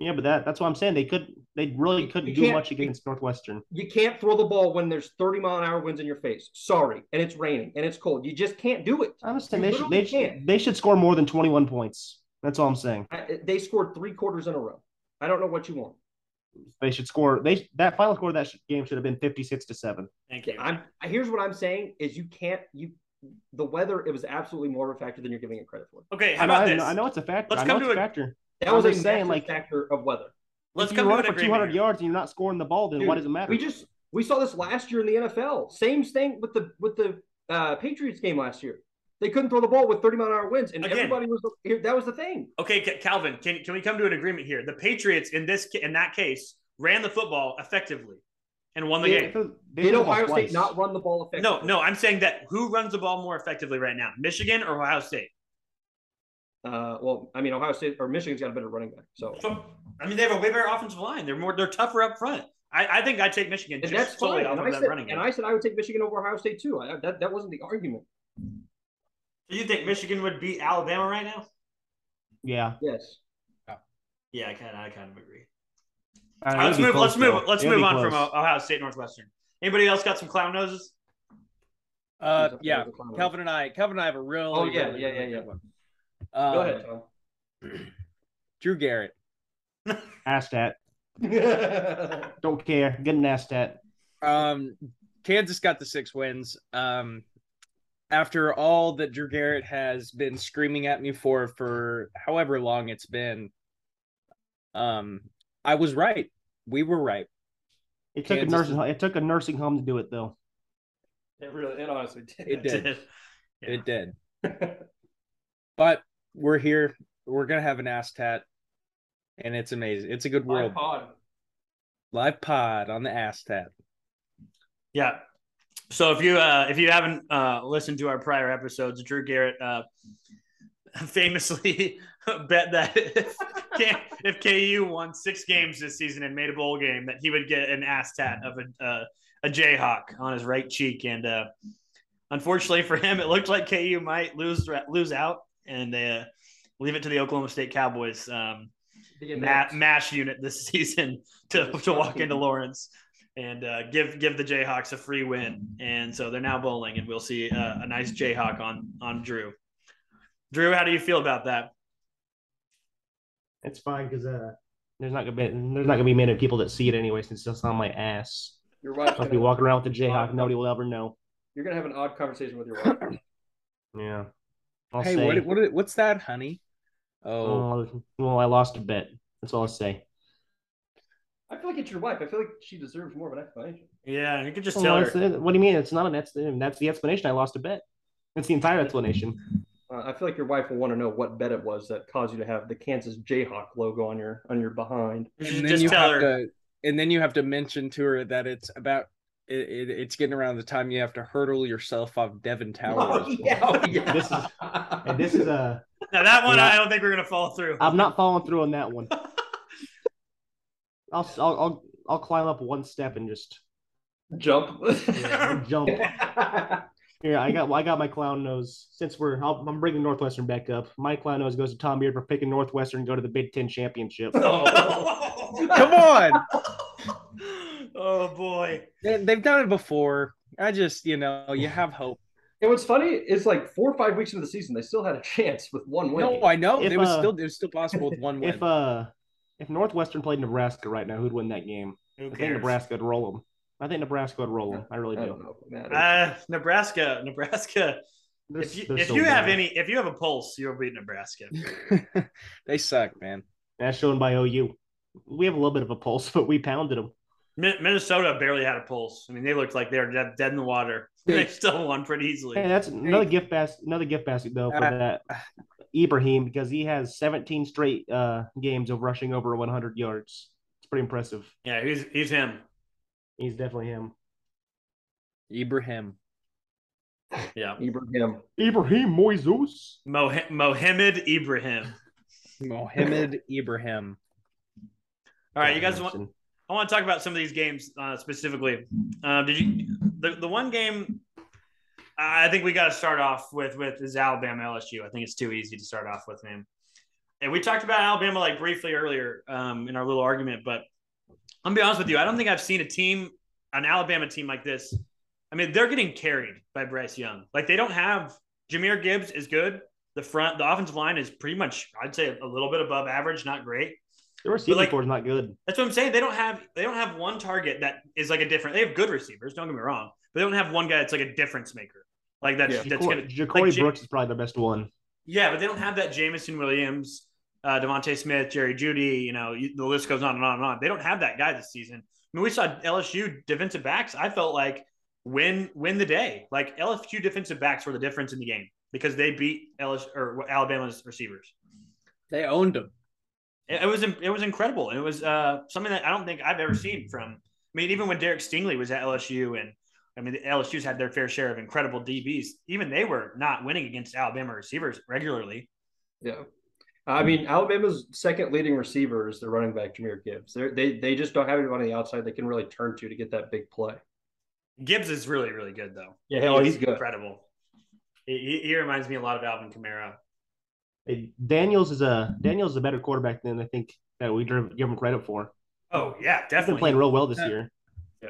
S10: Yeah, but that that's what I'm saying. They could they really couldn't
S12: you
S10: do
S12: can't-
S10: much against Northwestern.
S12: You can't throw the ball when there's 30 mile an hour winds in your face. Sorry, and it's raining and it's cold. You just can't do it.
S10: I understand
S12: You
S10: they should
S12: literally
S10: they should,
S12: can't.
S10: they should score more than 21 points. That's all I'm saying.
S12: I, they scored three quarters in a row. I don't know what you want.
S10: They should score. They that final score of that sh- game should have been 56 to seven.
S9: Thank you.
S12: I'm here's what I'm saying is you can't you the weather it was absolutely more of a factor than you're giving it credit for.
S9: okay, how
S10: I know,
S9: about
S10: I
S9: this?
S10: know, I know it's a factor.
S9: Let's
S10: I know
S9: come
S10: it's
S9: to
S10: a
S9: a-
S10: factor.
S12: That
S10: I'm
S12: was a
S10: just saying,
S12: massive
S10: like-
S12: factor of weather.
S9: Let's
S10: if you
S9: come to
S10: run
S9: an
S10: for
S9: agreement.
S10: 200
S9: here.
S10: yards and you're not scoring the ball, then
S12: Dude,
S10: what does it matter?
S12: We just we saw this last year in the NFL. Same thing with the with the uh, Patriots game last year. They couldn't throw the ball with 30 mile an hour winds, and
S9: Again.
S12: everybody was that was the thing.
S9: Okay, Ca- Calvin, can can we come to an agreement here? The Patriots in this ca- in that case ran the football effectively. and won the
S11: Yeah,
S9: game.
S11: they Did won Ohio twice. State not run the ball
S9: No, no, I'm saying that who runs the ball more effectively right now, Michigan or Ohio State?
S11: Uh, well, I mean, Ohio State or Michigan's got a better running back. So,
S9: I mean, they have a way better offensive line. They're more, they're tougher up front. I, I think I take Michigan
S11: and
S9: just
S11: that's
S9: solely
S11: fine.
S9: off
S11: And
S9: of
S11: I,
S9: that
S11: said,
S9: running game.
S11: and I said I would take Michigan over Ohio State too. I, that that wasn't the argument.
S9: Do you think Michigan would beat Alabama right now?
S10: Yeah.
S11: Yes.
S9: Yeah, I kind of, I kind of agree.
S10: I don't know,
S9: All right, let's
S10: it'd be
S9: move.
S10: close,
S9: let's move.
S10: though.
S9: Let's
S10: It'd
S9: move
S10: be
S9: on from
S10: close.
S9: O- Ohio State Northwestern. Anybody else got some clown noses?
S6: Uh, yeah,
S9: clown.
S6: Calvin and I. Calvin and I have a real. Um,
S9: Oh, yeah, yeah, yeah, yeah. Go
S11: uh,
S9: ahead,
S6: Drew Garrett.
S9: uh,
S10: Ass tat.
S11: Tom.
S10: Don't care. Get an ass tat.
S6: Um, Kansas got the six wins. Um, after all that Drew Garrett has been screaming at me for for however long it's been, um, I was right. We were right.
S10: It took
S6: Kansas-
S10: a nursing. home- It took a nursing home to do it though.
S11: It really, it honestly did.
S6: It did. It did. but we're here. We're gonna have an ass tat, and it's amazing. It's a good world. Live pod on the ass tat.
S9: Yeah. So if you uh, if you haven't uh, listened to our prior episodes, Drew Garrett uh, famously bet that if, K- if KU won six games this season and made a bowl game, that he would get an ass tat of a uh, a Jayhawk on his right cheek. And uh, unfortunately for him, it looked like KU might lose lose out and they uh, leave it to the Oklahoma State Cowboys um,
S11: Yeah,
S9: ma- mash unit this season to, to walk into Lawrence and uh, give give the Jayhawks a free win. And so they're now bowling, and we'll see uh, a nice Jayhawk on on Drew. Drew, how do you feel about that?
S10: It's fine because uh, there's not gonna be there's not gonna be many people that see it anyway since it's on my ass.
S11: Your wife's
S10: I'll be
S11: gonna-
S10: walking around with the Jayhawk. Nobody will ever know.
S11: You're gonna have an odd conversation with your wife.
S10: Yeah. I'll
S6: hey,
S10: say.
S6: what, what what's that, honey? Oh,
S10: oh, well, I lost a bet. That's all I'll say.
S11: I feel like it's your wife. I feel like she deserves more of an explanation.
S9: Yeah, you could just
S10: Well, it's- it- what do you mean? It's not an that's that's the explanation. I lost a bet. That's the entire explanation.
S11: Uh, I feel like your wife will want to know what bet it was that caused you to have the Kansas Jayhawk logo on your on your behind.
S6: and then you have to, and then you have to mention to her that it's about it, it, it's getting around the time you have to hurdle yourself off Devon
S11: Oh,
S12: Oh,
S6: Tower.
S10: This is and this is a.
S9: Now that one,
S10: Yeah.
S9: I don't think we're gonna follow through.
S10: I'm not following through on that one. I'll I'll I'll, I'll climb up one step and just
S11: jump.
S10: jump. Here, I got I got my clown nose. Since we're I'll, I'm bringing Northwestern back up. My clown nose goes to Tom Beard for picking Northwestern to go to the Big Ten championship.
S6: Come on,
S9: oh boy,
S6: they, they've done it before. I just you know you have hope.
S11: And what's funny is like four or five weeks into the season, they still had a chance with one win.
S6: No, I know
S10: If,
S6: it was
S10: uh,
S6: still it was still possible with one win.
S10: If uh if Northwestern played Nebraska right now, who'd win that game?
S9: Who
S10: I think
S9: cares?
S10: Nebraska would roll them. I think Nebraska would roll them. I really do.
S11: I don't know if it matters.
S9: Uh, Nebraska, Nebraska. If you,
S10: they're
S9: if
S10: so
S9: you have
S10: bad.
S9: any, if you have a pulse, you'll beat Nebraska.
S10: uh,
S6: they suck, man.
S10: That's shown by OU. We have a little bit of a pulse, but we pounded them.
S9: Min- Minnesota barely had a pulse. I mean, they looked like they were dead, dead in the water. They still won pretty easily.
S10: Hey, that's another gift basket. Another gift basket though for
S9: Uh,
S10: that Ibrahim because he has 17 straight uh, games of rushing over 100 yards. It's pretty impressive.
S9: Yeah, he's he's him.
S10: He's definitely him.
S6: Ibrahim.
S9: Yeah.
S11: Ibrahim.
S10: Ibrahim Moises.
S9: Moh- Mohamed Ibrahim.
S6: Mohammed Ibrahim.
S9: All right, you guys want? I want to talk about some of these games uh, specifically. Uh, did you the the one game? I think we got to start off with with is Alabama LSU. I think it's too easy to start off with him. And we talked about Alabama like briefly earlier um, in our little argument, but I'm gonna be honest with you. I don't think I've seen a team, an Alabama team like this. I mean, they're getting carried by Bryce Young. Like they don't have Jameer Gibbs is good. The front, the offensive line is pretty much, I'd say, a little bit above average, not great.
S10: The receiving
S9: like-
S10: core is not good.
S9: That's what I'm saying. They don't have they don't have one target that is like a different. They have good receivers. Don't get me wrong, but they don't have one guy that's like a difference maker. Like that's that's
S10: Ja'Cory-
S9: gonna
S10: Ja'Cory
S9: like Ja-
S10: Brooks is probably the best one.
S9: yeah, but they don't have that Jamison Williams, uh, Devontae Smith, Jerry Judy. You know, you, the list goes on and on and on. They don't have that guy this season. I mean, we saw LSU defensive backs. I felt like win win the day. Like LSU defensive backs were the difference in the game because they beat LSU or Alabama's receivers.
S6: They owned him.
S9: It, it was it was incredible. It was uh, something that I don't think I've ever seen from mean, even when Derek Stingley was at LSU, and I mean, the LSU's had their fair share of incredible DBs. Even they were not winning against Alabama receivers regularly.
S11: Yeah. I mean, Alabama's second leading receiver is their running back, Jameer Gibbs. They're, they they just don't have anyone on the outside they can really turn to to get that big play.
S9: Gibbs is really, really good, though.
S11: Yeah, hell, he's, good.
S9: incredible. He, he reminds me a lot of Alvin Kamara.
S10: Hey, Daniels is a Daniels is a better quarterback than I think that we give him credit for.
S9: Oh yeah, definitely. He's
S10: been playing real well this yeah. year.
S9: Yeah.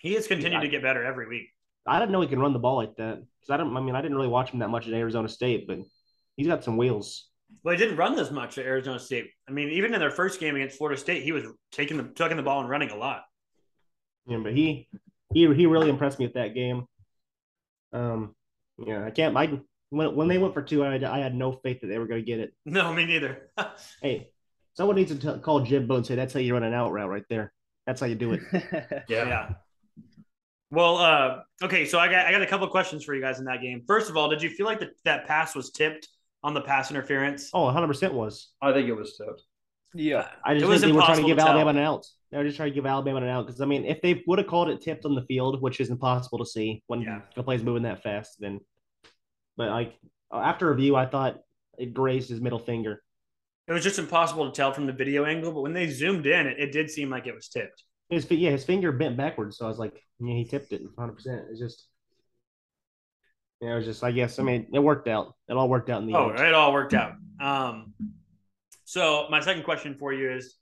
S9: He has continued yeah, to get better every week.
S10: I didn't know he can run the ball like that because I don't. I mean, I didn't really watch him that much at Arizona State, but he's got some wheels.
S9: Well, he didn't run as much at Arizona State. I mean, even in their first game against Florida State, he was taking the tucking the ball and running a lot.
S10: Yeah, but he he he really impressed me at that game. Um, yeah, I can't. I when when they went for two, I had, I had no faith that they were going to get it.
S9: No, me neither.
S10: hey, someone needs to t- call Jimbo and say that's how you run an out route right there. That's how you do it.
S9: yeah. yeah. Well, uh, okay, so I got I got a couple questions for you guys in that game. First of all, did you feel like the, that pass was tipped on the pass interference?
S10: Oh, 100 percent was.
S11: I think it was tipped.
S6: Yeah,
S10: I just it was think they were trying to give to Alabama an out. They were just trying to give Alabama an out because I mean, if they would have called it tipped on the field, which is impossible to see when yeah. the play's moving that fast, then. But like after review, I thought it grazed his middle finger.
S9: It was just impossible to tell from the video angle, but when they zoomed in, it, it did seem like it was tipped.
S10: His yeah, his finger bent backwards, so I was like, yeah, he tipped it 100. percent It's just. Yeah, it was just, I guess, I mean, it worked out. It all worked out in the
S9: oh, end. it all worked out. Um, so my second question for you is,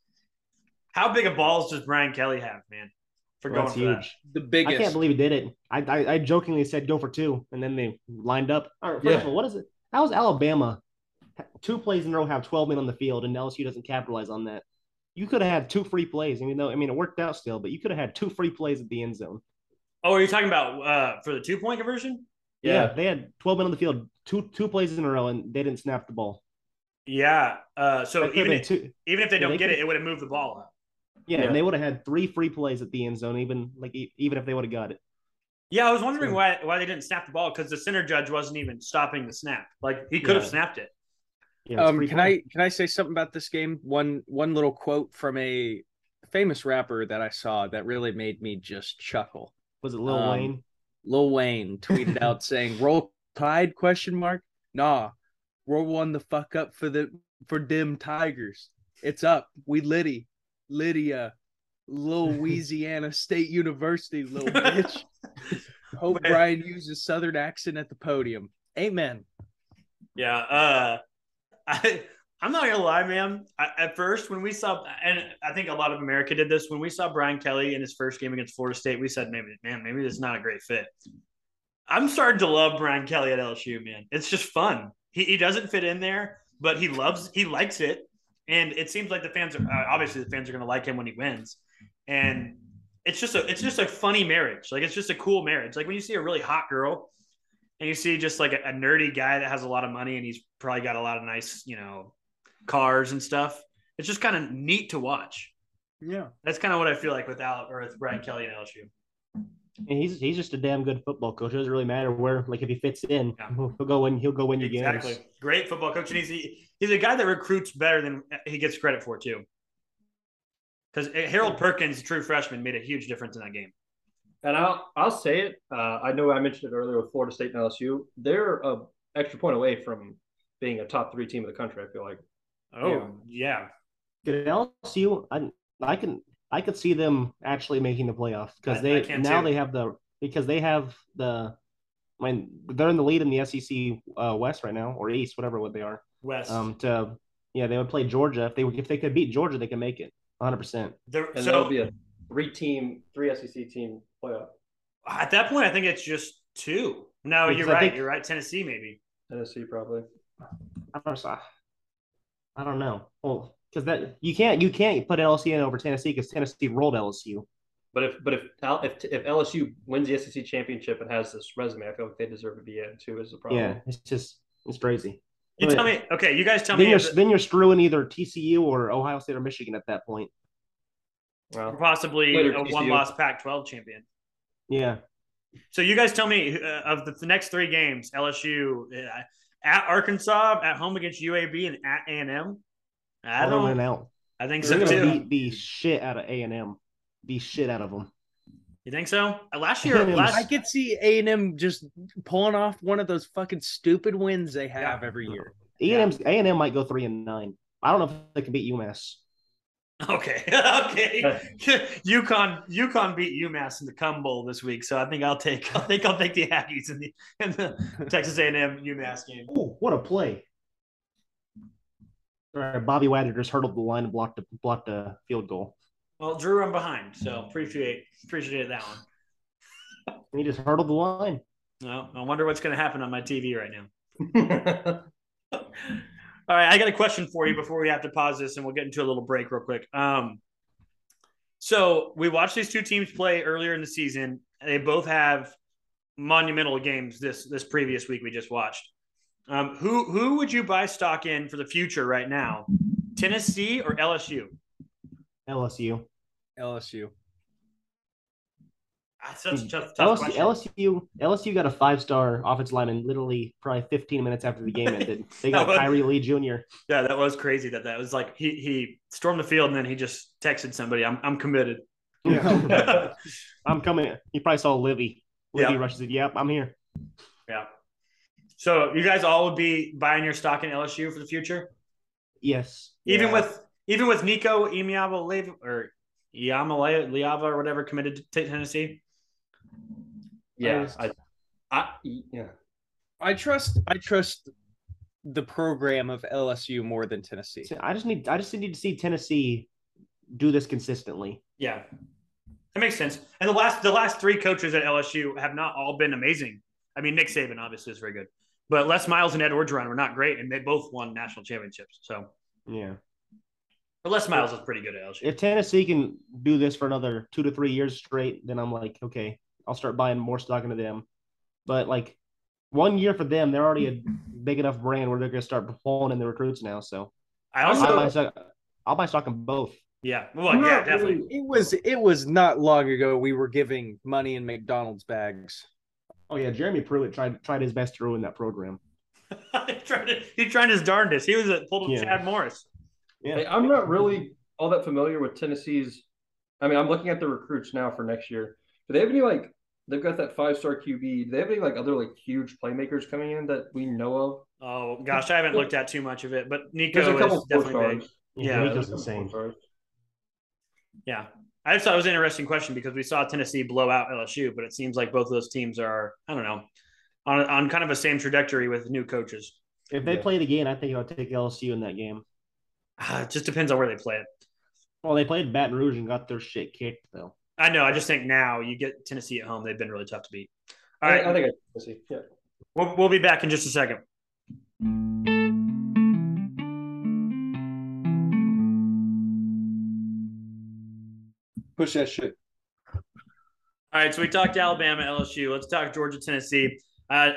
S9: how big of balls does Brian Kelly have, man? For well, going for huge.
S6: That? The biggest.
S10: I can't believe he did it. I, I, I jokingly said go for two, and then they lined up. All right, first yeah. of all, what is it? How is Alabama two plays in a row have twelve men on the field, and LSU doesn't capitalize on that? You could have had two free plays, even though I mean it worked out still, but you could have had two free plays at the end zone.
S9: Oh, are you talking about uh, for the two point conversion?
S10: Yeah. yeah, they had twelve men on the field, two two plays in a row, and they didn't snap the ball.
S9: Yeah. Uh, so even if, two, even if they don't they get could, it, it would have moved the ball up.
S10: Yeah, yeah. and they would have had three free plays at the end zone, even like e, even if they would have got it.
S9: Yeah, I was wondering so, why why they didn't snap the ball because the center judge wasn't even stopping the snap. Like he could yeah. have snapped it.
S6: Um, can funny. I can I say something about this game? One one little quote from a famous rapper that I saw that really made me just chuckle.
S10: Was it Lil um, Wayne?
S6: Lil Wayne tweeted out saying, "Roll Tide?" Question mark. Nah, we're one the fuck up for the for dim tigers. It's up. We Liddy, Lydia, Louisiana State University, little bitch. Hope Man. Brian uses Southern accent at the podium. Amen.
S9: Yeah. Uh, I I'm not gonna lie, man. I, at first, when we saw, and I think a lot of America did this, when we saw Brian Kelly in his first game against Florida State, we said, maybe, man, maybe this is not a great fit. I'm starting to love Brian Kelly at LSU, man. It's just fun. He, he doesn't fit in there, but he loves, he likes it. And it seems like the fans are uh, obviously the fans are going to like him when he wins. And it's just a, it's just a funny marriage. Like it's just a cool marriage. Like when you see a really hot girl and you see just like a, a nerdy guy that has a lot of money and he's probably got a lot of nice, you know, cars and stuff. It's just kind of neat to watch.
S6: Yeah.
S9: That's kind of what I feel like with Al or with Brian Kelly and LSU.
S10: And he's he's just a damn good football coach. It doesn't really matter where, like if he fits in, yeah. he'll, he'll go in. He'll go win your
S9: exactly.
S10: games.
S9: Great football coach, and he's he, he's a guy that recruits better than he gets credit for too. Because Harold Perkins, true freshman, made a huge difference in that game.
S11: And I'll I'll say it. Uh, I know I mentioned it earlier with Florida State and LSU. They're a extra point away from being a top three team in the country. I feel like.
S9: Oh yeah.
S10: Did LSU? I I can I could see them actually making the playoff because they now too. they have the because they have the when they're in the lead in the SEC uh, West right now or East whatever what they are
S9: West
S10: um to yeah they would play Georgia if they if they could beat Georgia they can make it 100 percent
S11: and so, that'll be a three team three SEC team playoff
S9: at that point I think it's just two no because you're right think, you're right Tennessee maybe
S11: Tennessee probably
S10: I don't know I don't know well because that you can't you can't put LSU in over Tennessee because Tennessee rolled LSU.
S11: But if but if, if if LSU wins the SEC championship and has this resume, I feel like they deserve to be in too. Is the problem?
S10: Yeah, it's just it's crazy.
S9: You but tell me, okay, you guys tell
S10: then
S9: me.
S10: You're, the, then you're screwing either TCU or Ohio State or Michigan at that point.
S9: Well, possibly a one-loss Pac-12 champion.
S10: Yeah.
S9: So you guys tell me uh, of the, the, next three games: LSU uh, at Arkansas, at home against UAB, and at A&M.
S10: I don't win out.
S9: I think
S10: They're
S9: so
S10: gonna too. Beat the shit out of A and M. the shit out of them.
S9: You think so? Uh, Last year, last...
S6: I could see A and M just pulling off one of those fucking stupid wins they have yeah. every year.
S10: A and A and M might go three and nine. I don't know if they can beat UMass.
S9: Okay, okay. UConn, UConn beat UMass in the Cum Bowl this week, so I think I'll take, I think I'll take the Aggies in the in the Texas A and M UMass game.
S10: Oh, what a play! All right, Bobby Wagner just hurdled the line and blocked the blocked the field goal.
S9: Well, Drew, I'm behind, so appreciate appreciate that one.
S10: he just hurdled the line.
S9: No, well, I wonder what's going to happen on my TV right now. All right, I got a question for you before we have to pause this, and we'll get into a little break real quick. Um, so we watched these two teams play earlier in the season. They both have monumental games this this previous week we just watched. Um, who who would you buy stock in for the future right now? Tennessee or LSU?
S10: LSU.
S6: LSU.
S9: That's such a tough,
S10: tough
S9: LSU,
S10: LSU, LSU got a five star offense lineman literally probably 15 minutes after the game ended. They got was, Kyrie Lee Jr.
S9: Yeah, that was crazy. That that was like he he stormed the field and then he just texted somebody, "I'm I'm committed."
S10: Yeah. I'm coming. He probably saw Livy. Livy yep. rushes it. Yep, I'm here.
S9: Yeah. So you guys all would be buying your stock in LSU for the future.
S10: Yes.
S9: Even yeah. with even with Nico Imiava or Iamale Liava or whatever committed to Tennessee.
S11: Yeah, I, I, yeah.
S6: I trust I trust the program of LSU more than Tennessee.
S10: I just need I just need to see Tennessee do this consistently.
S9: Yeah. That makes sense. And the last the last three coaches at LSU have not all been amazing. I mean, Nick Saban obviously is very good. But Les Miles and Ed Orgeron were not great and they both won national championships. So
S10: Yeah.
S9: But Les Miles is pretty good at LSU.
S10: If Tennessee can do this for another two to three years straight, then I'm like, okay, I'll start buying more stock into them. But like one year for them, they're already a big enough brand where they're going to start pulling in the recruits now. So
S9: I also I'll
S10: buy stock, I'll buy stock in both.
S9: Yeah, well, yeah, definitely.
S6: It was it was not long ago we were giving money in McDonald's bags.
S10: Oh yeah, Jeremy Pruitt tried tried his best to ruin that program.
S9: he, tried, he tried his darndest. He was a pulled yeah. Chad Morris.
S11: Yeah. I'm not really all that familiar with Tennessee's. I mean, I'm looking at the recruits now for next year. Do they have any like? They've got that five star QB. Do they have any like other like huge playmakers coming in that we know of?
S9: Oh gosh, I haven't looked at too much of it, but Nico is definitely stars. big. Yeah, yeah
S10: Nico's insane.
S9: Yeah, I just thought it was an interesting question because we saw Tennessee blow out LSU, but it seems like both of those teams are I don't know on on kind of a same trajectory with new coaches.
S10: If they yeah. play it again, I think I'll take LSU in that game.
S9: Uh, it just depends on where they play it.
S10: Well, they played Baton Rouge and got their shit kicked, though.
S9: I know. I just think now you get Tennessee at home; they've been really tough to beat.
S11: All right, I, think I Tennessee. Yeah,
S9: we'll, we'll be back in just a second.
S11: Push that shit.
S9: All right, so we talked Alabama, LSU. Let's talk Georgia, Tennessee. Uh,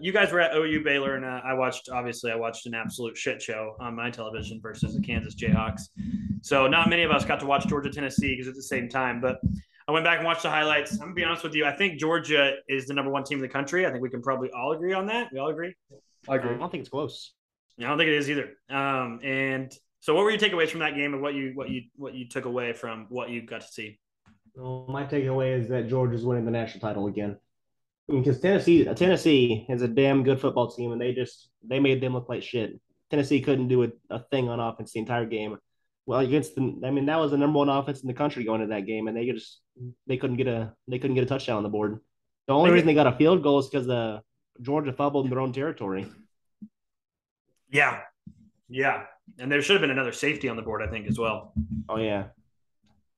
S9: you guys were at OU Baylor, and uh, I watched. Obviously, I watched an absolute shit show on my television versus the Kansas Jayhawks. So not many of us got to watch Georgia Tennessee because at the same time. But I went back and watched the highlights. I'm gonna be honest with you. I think Georgia is the number one team in the country. I think we can probably all agree on that. We all agree.
S10: I agree. I don't think it's close.
S9: I don't think it is either. Um, and so, what were your takeaways from that game, and what you what you what you took away from what you got to see?
S10: Well, my takeaway is that Georgia's winning the national title again because Tennessee Tennessee is a damn good football team, and they just they made them look like shit. Tennessee couldn't do a, a, thing on offense the entire game. Well, against the, I mean, that was the number one offense in the country going into that game, and they just they couldn't get a they couldn't get a touchdown on the board. The only reason they got a field goal is because the Georgia fumbled in their own territory.
S9: Yeah, yeah, and there should have been another safety on the board, I think, as well.
S10: Oh yeah,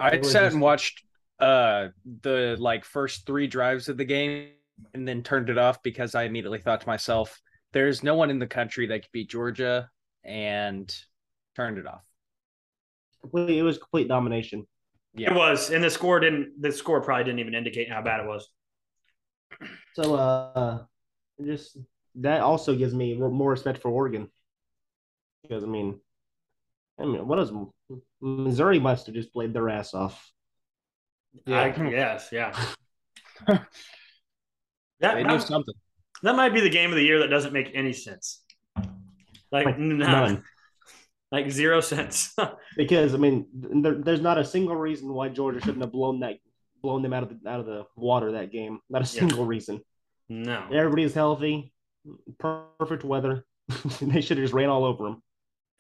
S6: I sat and watched uh the like first three drives of the game and then turned it off because I immediately thought to myself, there's no one in the country that could beat Georgia and turned it off.
S10: Completely, it was complete domination.
S9: Yeah. It was. And the score didn't the score probably didn't even indicate how bad it was.
S10: So uh just that also gives me more respect for Oregon. Because I mean I mean what is Missouri must have just played their ass off.
S9: Yeah, I guess, yeah.
S6: That, they might, something.
S9: That might be the game of the year that doesn't make any sense. Like, like none. none. Like zero cents.
S10: because I mean, there, there's not a single reason why Georgia shouldn't have blown that blown them out of the out of the water that game. Not a single reason.
S9: No.
S10: Everybody's healthy, perfect weather. they should have just ran all over them.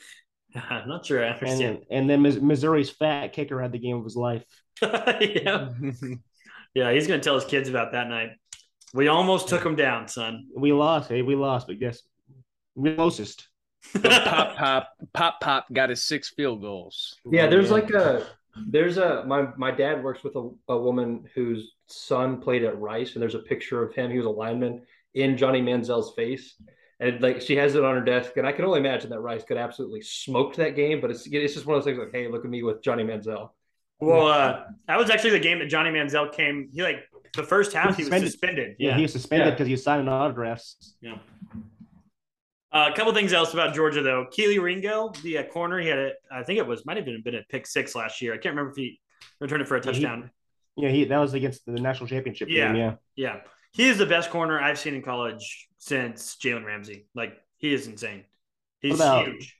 S9: I'm not sure I
S10: And
S9: understand.
S10: then, and then Mis- Missouri's fat kicker had the game of his life.
S9: yeah. yeah, he's gonna tell his kids about that night. We almost took him down, son.
S10: We lost. Hey, we lost, but guess we're closest.
S6: pop pop pop pop got his six field goals.
S12: Yeah, there's like a there's a my my dad works with a, a woman whose son played at Rice, and there's a picture of him. He was a lineman in Johnny Manziel's face, and like she has it on her desk. And I can only imagine that Rice could absolutely smoked that game. But it's it's just one of those things like, hey, look at me with Johnny Manziel.
S9: Well, uh, that was actually the game that Johnny Manziel came. He like the first half he was suspended.
S10: Yeah,
S9: Yeah.
S10: he was suspended because he was signing autographs.
S9: Yeah. Uh, a couple things else about Georgia though. Keely Ringo, the uh, corner, he had a, I think it was might have been been a pick six last year. I can't remember if he returned it for a
S10: Yeah, he-
S9: touchdown.
S10: Yeah, he that was against the national championship
S9: Yeah.
S10: game. Yeah,
S9: Yeah. He is the best corner I've seen in college since Jalen Ramsey. Like, he is insane. He's
S10: What about-
S9: huge.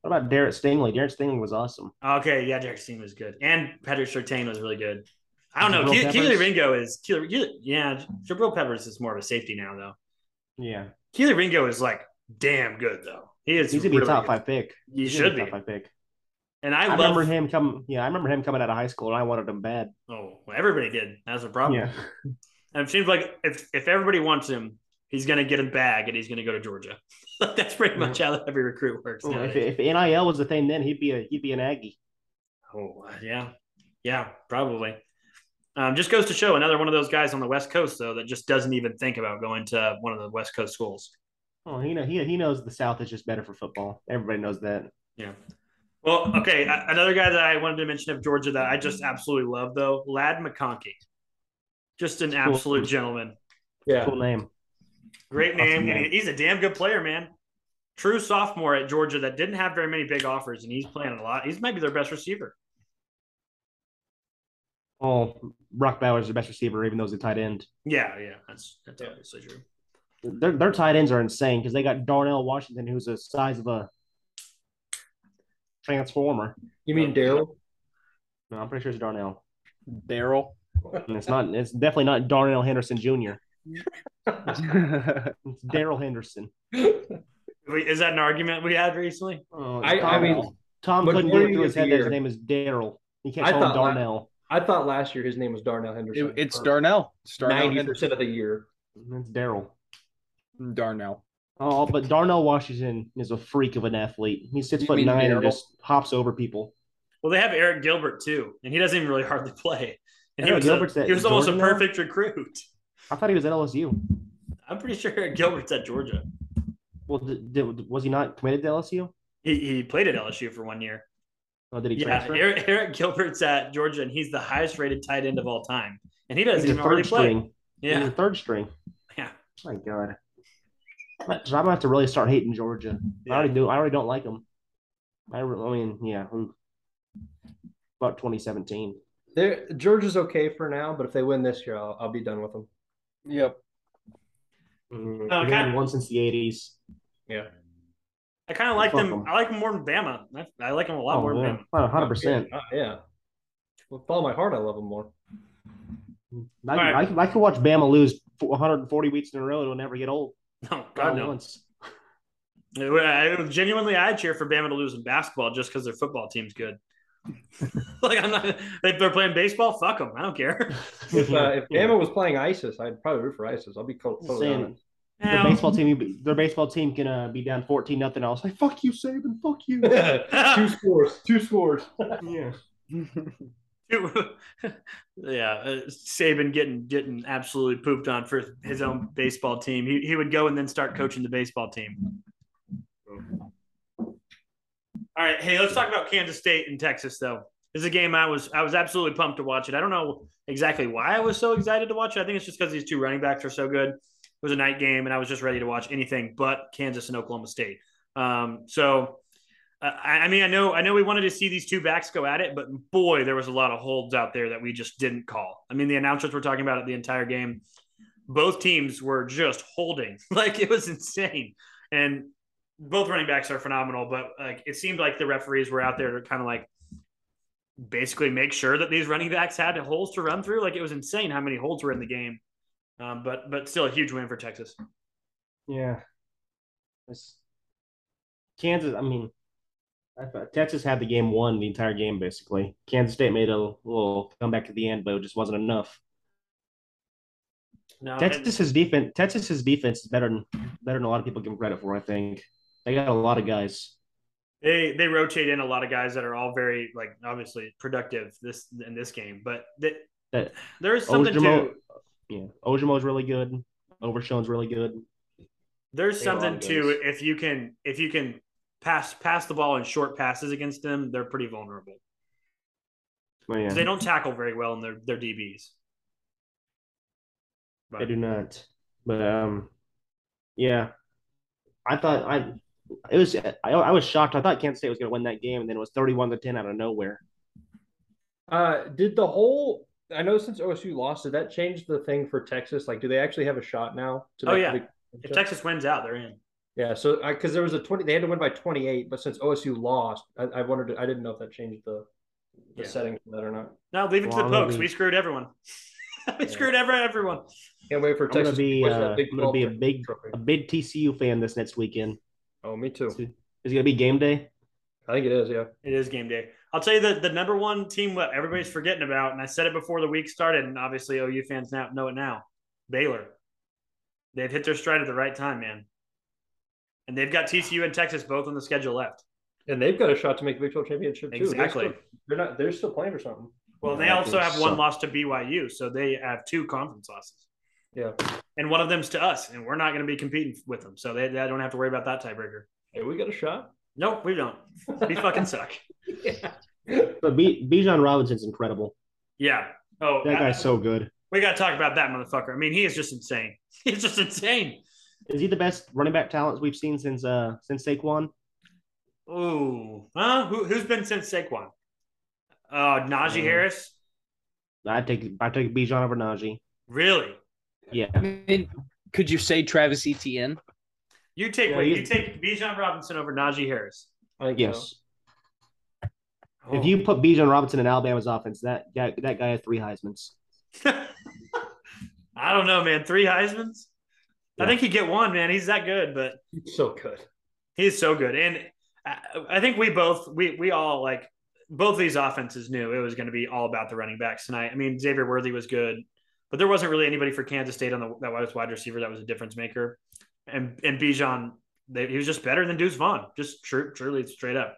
S10: What about Derek Stingley? Derek Stingley was awesome.
S9: Okay. Yeah. Derek Steen was good. And Patrick Sertain was really good. I don't know.
S10: Jabril
S9: Ke- Keely
S10: Peppers?
S9: Ringo is, Keely, Keely- yeah. Jabril Peppers is more of a safety now, though.
S10: Yeah,
S9: Keely Ringo is like damn good, though. He is.
S10: he's gonna be a
S9: really
S10: top
S9: good.
S10: five pick.
S9: He
S10: He's gonna
S9: should
S10: a
S9: be.
S10: top five pick.
S9: And I,
S10: I,
S9: love.
S10: remember him come. Yeah, I remember him coming out of high school, and I wanted him bad.
S9: Oh, well, everybody did. That's a problem.
S10: Yeah.
S9: And it seems like if, if everybody wants him, he's going to get a bag and he's going to go to Georgia. That's pretty much how every recruit works.
S10: Well, if,
S9: nowadays.
S10: if NIL was a thing, then he'd be a he'd be an Aggie.
S9: Oh yeah, yeah, probably. Um, just goes to show another one of those guys on the West Coast though that just doesn't even think about going to one of the West Coast schools.
S10: Oh, he know he, he knows the South is just better for football. Everybody knows that.
S9: Yeah. Well, okay, a- another guy that I wanted to mention of Georgia that I just absolutely love though, Lad McConkey, just an absolute gentleman.
S12: Yeah.
S10: Cool name.
S9: Great
S10: Awesome
S9: name. and
S10: name.
S9: he- he's a damn good player, man. True sophomore at Georgia that didn't have very many big offers, and he's playing a lot. He's maybe their best receiver.
S10: Oh, Brock Bowers is the best receiver, even though he's a tight end.
S9: Yeah, yeah, that's that's obviously true.
S10: Their, their tight ends are insane because they got Darnell Washington, who's the size of a transformer.
S12: You mean Daryl?
S10: No, I'm pretty sure it's Darnell.
S6: Daryl.
S10: And it's not. It's definitely not Darnell Henderson Jr. it's Daryl Henderson.
S9: Wait, Is that an argument we had recently?
S10: Oh,
S12: I- I
S10: Tom-
S12: mean,
S10: Tom couldn't get it
S12: majority
S10: through his
S12: of the
S10: head that his
S12: year-
S10: name is Daryl. He can't
S12: I
S10: call him
S12: thought la-
S10: Darnell.
S12: I thought last year his name was Darnell Henderson.
S6: It- it's
S12: for
S6: Darnell. It's Darnell
S12: 90%
S6: Henderson.
S12: of the year.
S10: It's Daryl.
S6: Darnell.
S10: Oh, but Darnell Washington is a freak of an athlete. He's six
S6: You
S10: foot
S6: mean
S10: nine and
S6: Darryl?
S10: just hops over people.
S9: Well, they have Eric Gilbert too, and he doesn't even really hardly play. And
S10: Eric
S9: he was,
S10: Gilbert's
S9: a,
S10: at
S9: he was almost a
S10: Georgia now?
S9: perfect recruit.
S10: I thought he was at LSU.
S9: I'm pretty sure Eric Gilbert's at Georgia.
S10: Well, did, did, was he not committed to LSU?
S9: He, he played at LSU for one year.
S10: Oh, did he
S9: Yeah,
S10: transfer?
S9: Eric, Eric Gilbert's at Georgia, and he's the highest rated tight end of all time, and he doesn't
S10: He's a
S9: even hardly
S10: third
S9: play.
S10: string.
S9: Yeah.
S10: He's a third string.
S9: Yeah.
S10: My God. I'm gonna have to really start hating Georgia. I already do. I already don't like them. I, re- I mean, yeah. I'm- About 2017.
S12: They're, Georgia's okay for now, but if they win this year, I'll, I'll be done with them.
S6: Yep.
S10: Mm,
S9: No,
S10: we
S9: kinda-
S10: haven't won since the 80s.
S12: Yeah.
S9: I kind of like
S10: Fuck
S9: them.
S10: 'em.
S9: I like them more than Bama. I, I like them a lot
S10: Oh,
S9: more than
S10: yeah.
S9: Bama.
S10: Wow, 100%.
S12: Yeah. yeah. With all my heart, I love them more.
S10: I,
S9: right.
S10: I, I could watch Bama lose 140 weeks in a row. It'll never get old.
S9: No, Oh,
S10: All
S9: God no.
S10: once.
S9: I, I- genuinely, I cheer for Bama to lose in basketball just because their football team's good. like I'm not. If they're playing baseball, fuck them. I don't care.
S12: If, uh, if Bama was playing ISIS, I'd probably root for ISIS. I'll be co-
S10: I'm
S12: totally
S10: saying
S12: honest.
S10: their baseball team, their baseball team can uh, be down 14 nothing. I was like, fuck you, Saban, fuck you.
S12: two scores, two scores.
S10: yeah.
S9: yeah, uh, Saban getting getting absolutely pooped on for his own baseball team. He he would go and then start coaching the baseball team. All right, hey, let's talk about Kansas State and Texas though. This is a game I was I was absolutely pumped to watch it. I don't know exactly why I was so excited to watch it. I think it's just because these two running backs are so good. It was a night game, and I was just ready to watch anything but Kansas and Oklahoma State. Um, so uh, I, I mean, I know, I know, we wanted to see these two backs go at it, but boy, there was a lot of holds out there that we just didn't call. I mean, the announcers were talking about it the entire game. Both teams were just holding, like it was insane. And both running backs are phenomenal, but like it seemed like the referees were out there to kind of like basically make sure that these running backs had holes to run through. Like it was insane how many holes were in the game. Um, but but still a huge win for Texas.
S10: Yeah, it's, Kansas. I mean, I thought Texas had the game won the entire game basically. Kansas State made a little comeback at the end, but it just wasn't enough. No, Texas's and... defense. Texas's defense is better than better than a lot of people give credit for. I think they got a lot of guys.
S9: They they rotate in a lot of guys that are all very like obviously productive this in this game, but that, that there
S10: Oh,
S9: is something Ojimo, to
S10: yeah. Ojemo's really good. Overshone's really good.
S9: There's they something to if you can if you can pass pass the ball in short passes against them, they're pretty vulnerable. Oh, yeah. They don't tackle very well in their their DBs.
S10: But. I do not. But um, yeah, I thought I it was I, I was shocked. I thought Kansas State was going to win that game, and then it was thirty-one to ten out of nowhere.
S12: Uh, did the whole I know since OSU lost, did that change the thing for Texas? Like, do they actually have a shot now?
S9: To oh yeah, the, if Texas wins out, they're in.
S12: Yeah, so because there was a twenty, they had to win by twenty-eight, but since OSU lost, I, I wondered, I didn't know if that changed the the yeah. setting for that or not.
S9: No, leave it well, to the pokes. We screwed everyone. we yeah. screwed ever everyone.
S12: Can't wait for
S10: I'm
S12: Texas.
S10: Gonna be, uh, I'm gonna be a big trophy. a big TCU fan this next weekend.
S12: Oh, me too.
S10: Is it, is it gonna be game day?
S12: I think it is. Yeah,
S9: it is game day. I'll tell you the the number one team that everybody's forgetting about, and I said it before the week started, and obviously OU fans now know it now. Baylor, they've hit their stride at the right time, man, and they've got TCU and Texas both on the schedule left,
S12: and they've got a shot to make the Big 12 championship
S9: exactly.
S12: too. Exactly. They're, they're not. They're still playing for something.
S9: Well, they also have one so. loss to BYU, so they have two conference losses.
S12: Yeah.
S9: And one of them's to us, and we're not going to be competing with them. So they, they don't have to worry about that tiebreaker.
S12: Hey, we got a shot?
S9: Nope, we don't. We fucking suck.
S10: Yeah. But B- Bijan Robinson's incredible.
S9: Yeah. Oh,
S10: that guy's I, so good.
S9: We got to talk about that motherfucker. I mean, he is just insane. He's just insane.
S10: Is he the best running back talent we've seen since uh since Saquon?
S9: Ooh, huh? Who, who's been since Saquon? Uh, Najee um, Harris.
S10: I take I take Bijan over Najee.
S9: Really?
S10: Yeah.
S6: I mean, could you say Travis Etienne?
S9: You take yeah, wait, you take Bijan Robinson over Najee Harris.
S10: yes. Oh. If you put Bijan Robinson in Alabama's offense, that guy, that guy has three Heisman's.
S9: Oh. I don't know, man. Three Heisman's. Yeah. I think he get one, man. He's that good, but
S12: he's so good.
S9: He's so good, and I, I think we both we we all like both these offenses knew it was going to be all about the running backs tonight. I mean, Xavier Worthy was good, but there wasn't really anybody for Kansas State on the that was wide receiver that was a difference maker. And and Bijan, they, he was just better than Deuce Vaughn, just true, truly straight up.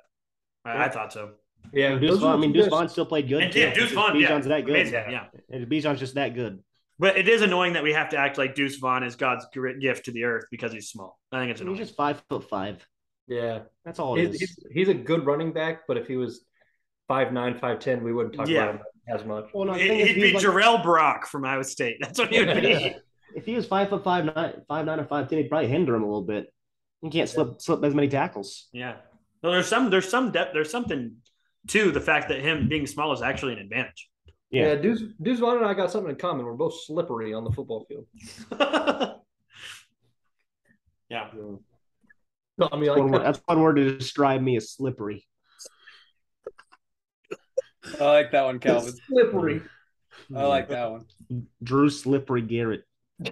S9: I, yeah. I thought so.
S10: Yeah, Deuce, Deuce Vaughn. I mean, Deuce Vaughn still played good.
S9: And, yeah, Deuce Vaughn.
S10: Bijan's yeah. that good.
S9: Amazing, yeah,
S10: and Bijan's just that good.
S9: But it is annoying that we have to act like Deuce Vaughn is God's gift to the earth because he's small. I think it's annoying.
S10: He's just five foot five.
S12: Yeah,
S10: that's all. It he's,
S12: is. he's a good running back, but if he was five nine, five ten, we wouldn't talk yeah. about him as much.
S9: Well, no, it, he'd be like, Jarrell Brock from Iowa State. That's what he would be.
S10: if he was five foot five nine, five nine or five ten, he'd probably hinder him a little bit. He can't slip yeah. slip as many tackles.
S9: Yeah. Well, there's some there's some depth there's something to the fact that him being small is actually an advantage.
S12: Yeah, yeah Deuce, Deuce Vaughn and I got something in common. We're both slippery on the football field.
S9: yeah.
S10: No, I mean, like, one that's one word to describe me as slippery.
S6: I like that one, Calvin.
S12: Slippery.
S6: I like that one.
S10: Drew Slippery Garrett.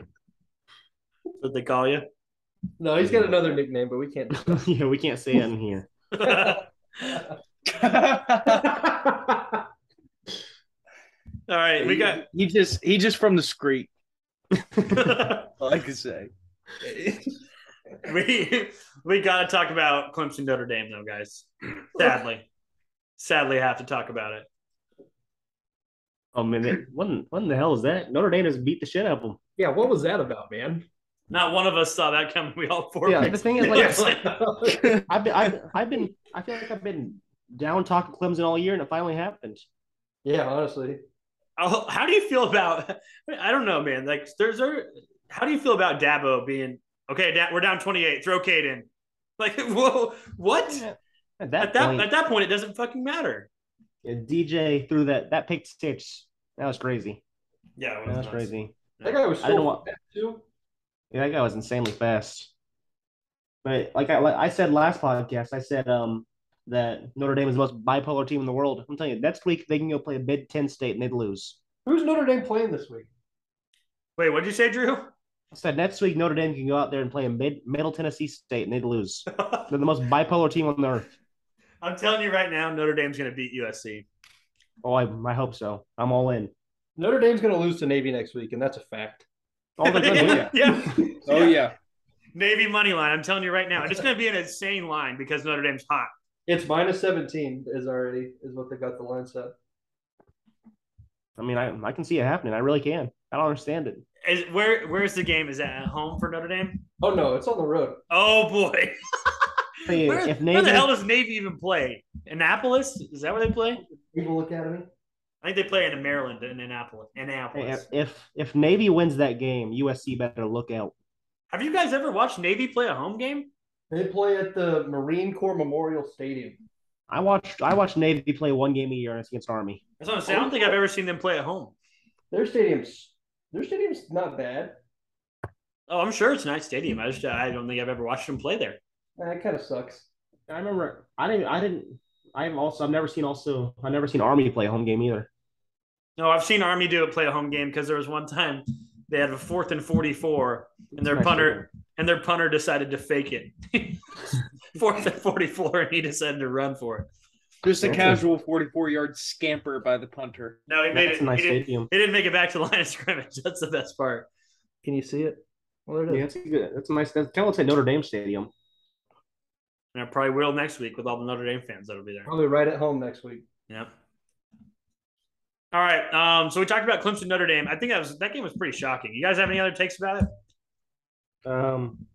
S9: What they call you?
S12: No, he's got another nickname, but we can't.
S10: yeah, we can't say it in here.
S9: All right, we got.
S6: He just he just from the street. All I could say.
S9: we we got to talk about Clemson Notre Dame though, guys. Sadly sadly have to talk about it.
S10: Oh man, it, what, in, what in the hell is that? Notre Dame has beat the shit out of them.
S12: Yeah, what was that about, man?
S9: Not one of us saw that coming. We all four.
S10: Yeah, picks. the thing is, like, I've been, I've, I've, been, I feel like I've been down talking Clemson all year, and it finally happened.
S12: Yeah, honestly.
S9: Oh, how do you feel about? I don't know, man. Like, there's a. How do you feel about Dabo being okay? we're down 28. Throw Cade in. Like, whoa, what? Yeah. At that, at that, point, at that point, it doesn't fucking matter.
S10: Yeah, DJ threw that that pick six. That was crazy.
S9: Yeah,
S10: was that was nuts. crazy.
S12: That guy was so I didn't want, too.
S10: Yeah, that guy was insanely fast. But like I, like I said last podcast, I said um that Notre Dame is the most bipolar team in the world. I'm telling you, next week they can go play a Big Ten state and they'd lose.
S12: Who's Notre Dame playing this week?
S9: Wait, what did you say, Drew?
S10: I said next week Notre Dame can go out there and play a mid, Middle Tennessee State and they'd lose. They're the most bipolar team on the earth.
S9: I'm telling you right now, Notre Dame's going to beat USC.
S10: Oh, I, I hope so. I'm all in.
S12: Notre Dame's going to lose to Navy next week, and that's a fact.
S10: Oh,
S9: yeah. yeah.
S6: Oh yeah.
S9: Navy money line. I'm telling you right now, it's going to be an insane line because Notre Dame's hot.
S12: It's minus 17 is already is what they got the line set.
S10: I mean, I I can see it happening. I really can. I don't understand it.
S9: Is where where's the game? Is that at home for Notre Dame?
S12: Oh no, it's on the road.
S9: Oh boy. hey, where, Navy, where, the hell does Navy even play? Annapolis? Is that where they play?
S12: Eagle Academy.
S9: I think they play in Maryland in Annapolis. Annapolis.
S10: Hey, if if Navy wins that game, USC better look out.
S9: Have you guys ever watched Navy play a home game?
S12: They play at the Marine Corps Memorial Stadium.
S10: I watched I watched Navy play one game a year and it's against Army.
S9: That's what I'm saying. I don't think I've ever seen them play at home.
S12: Their stadium's their stadium's not bad.
S9: Oh, I'm sure it's a nice stadium. I just I don't think I've ever watched them play there.
S12: That kind of sucks.
S10: I remember I didn't I didn't I've also I've never seen also I've never seen Army play a home game either.
S9: No, I've seen Army do it play a home game because there was one time they had a fourth and forty four, and their punter and their punter decided to fake it. fourth and forty four, and he decided to run for it.
S6: Just a casual forty four yard scamper by the punter.
S9: No, he made That's it. Nice he, stadium. Didn't, he didn't make it back to the line of scrimmage. That's the best part.
S12: Can you see it?
S10: Well, there it is. Yeah, that's good. That's a nice. That's kind of looks like Notre Dame Stadium.
S9: And I probably will next week with all the Notre Dame fans that'll be there.
S12: Probably right at home next week.
S9: Yeah. All right. Um, so we talked about Clemson Notre Dame. I think that was that game was pretty shocking. You guys have any other takes about it?
S10: Um,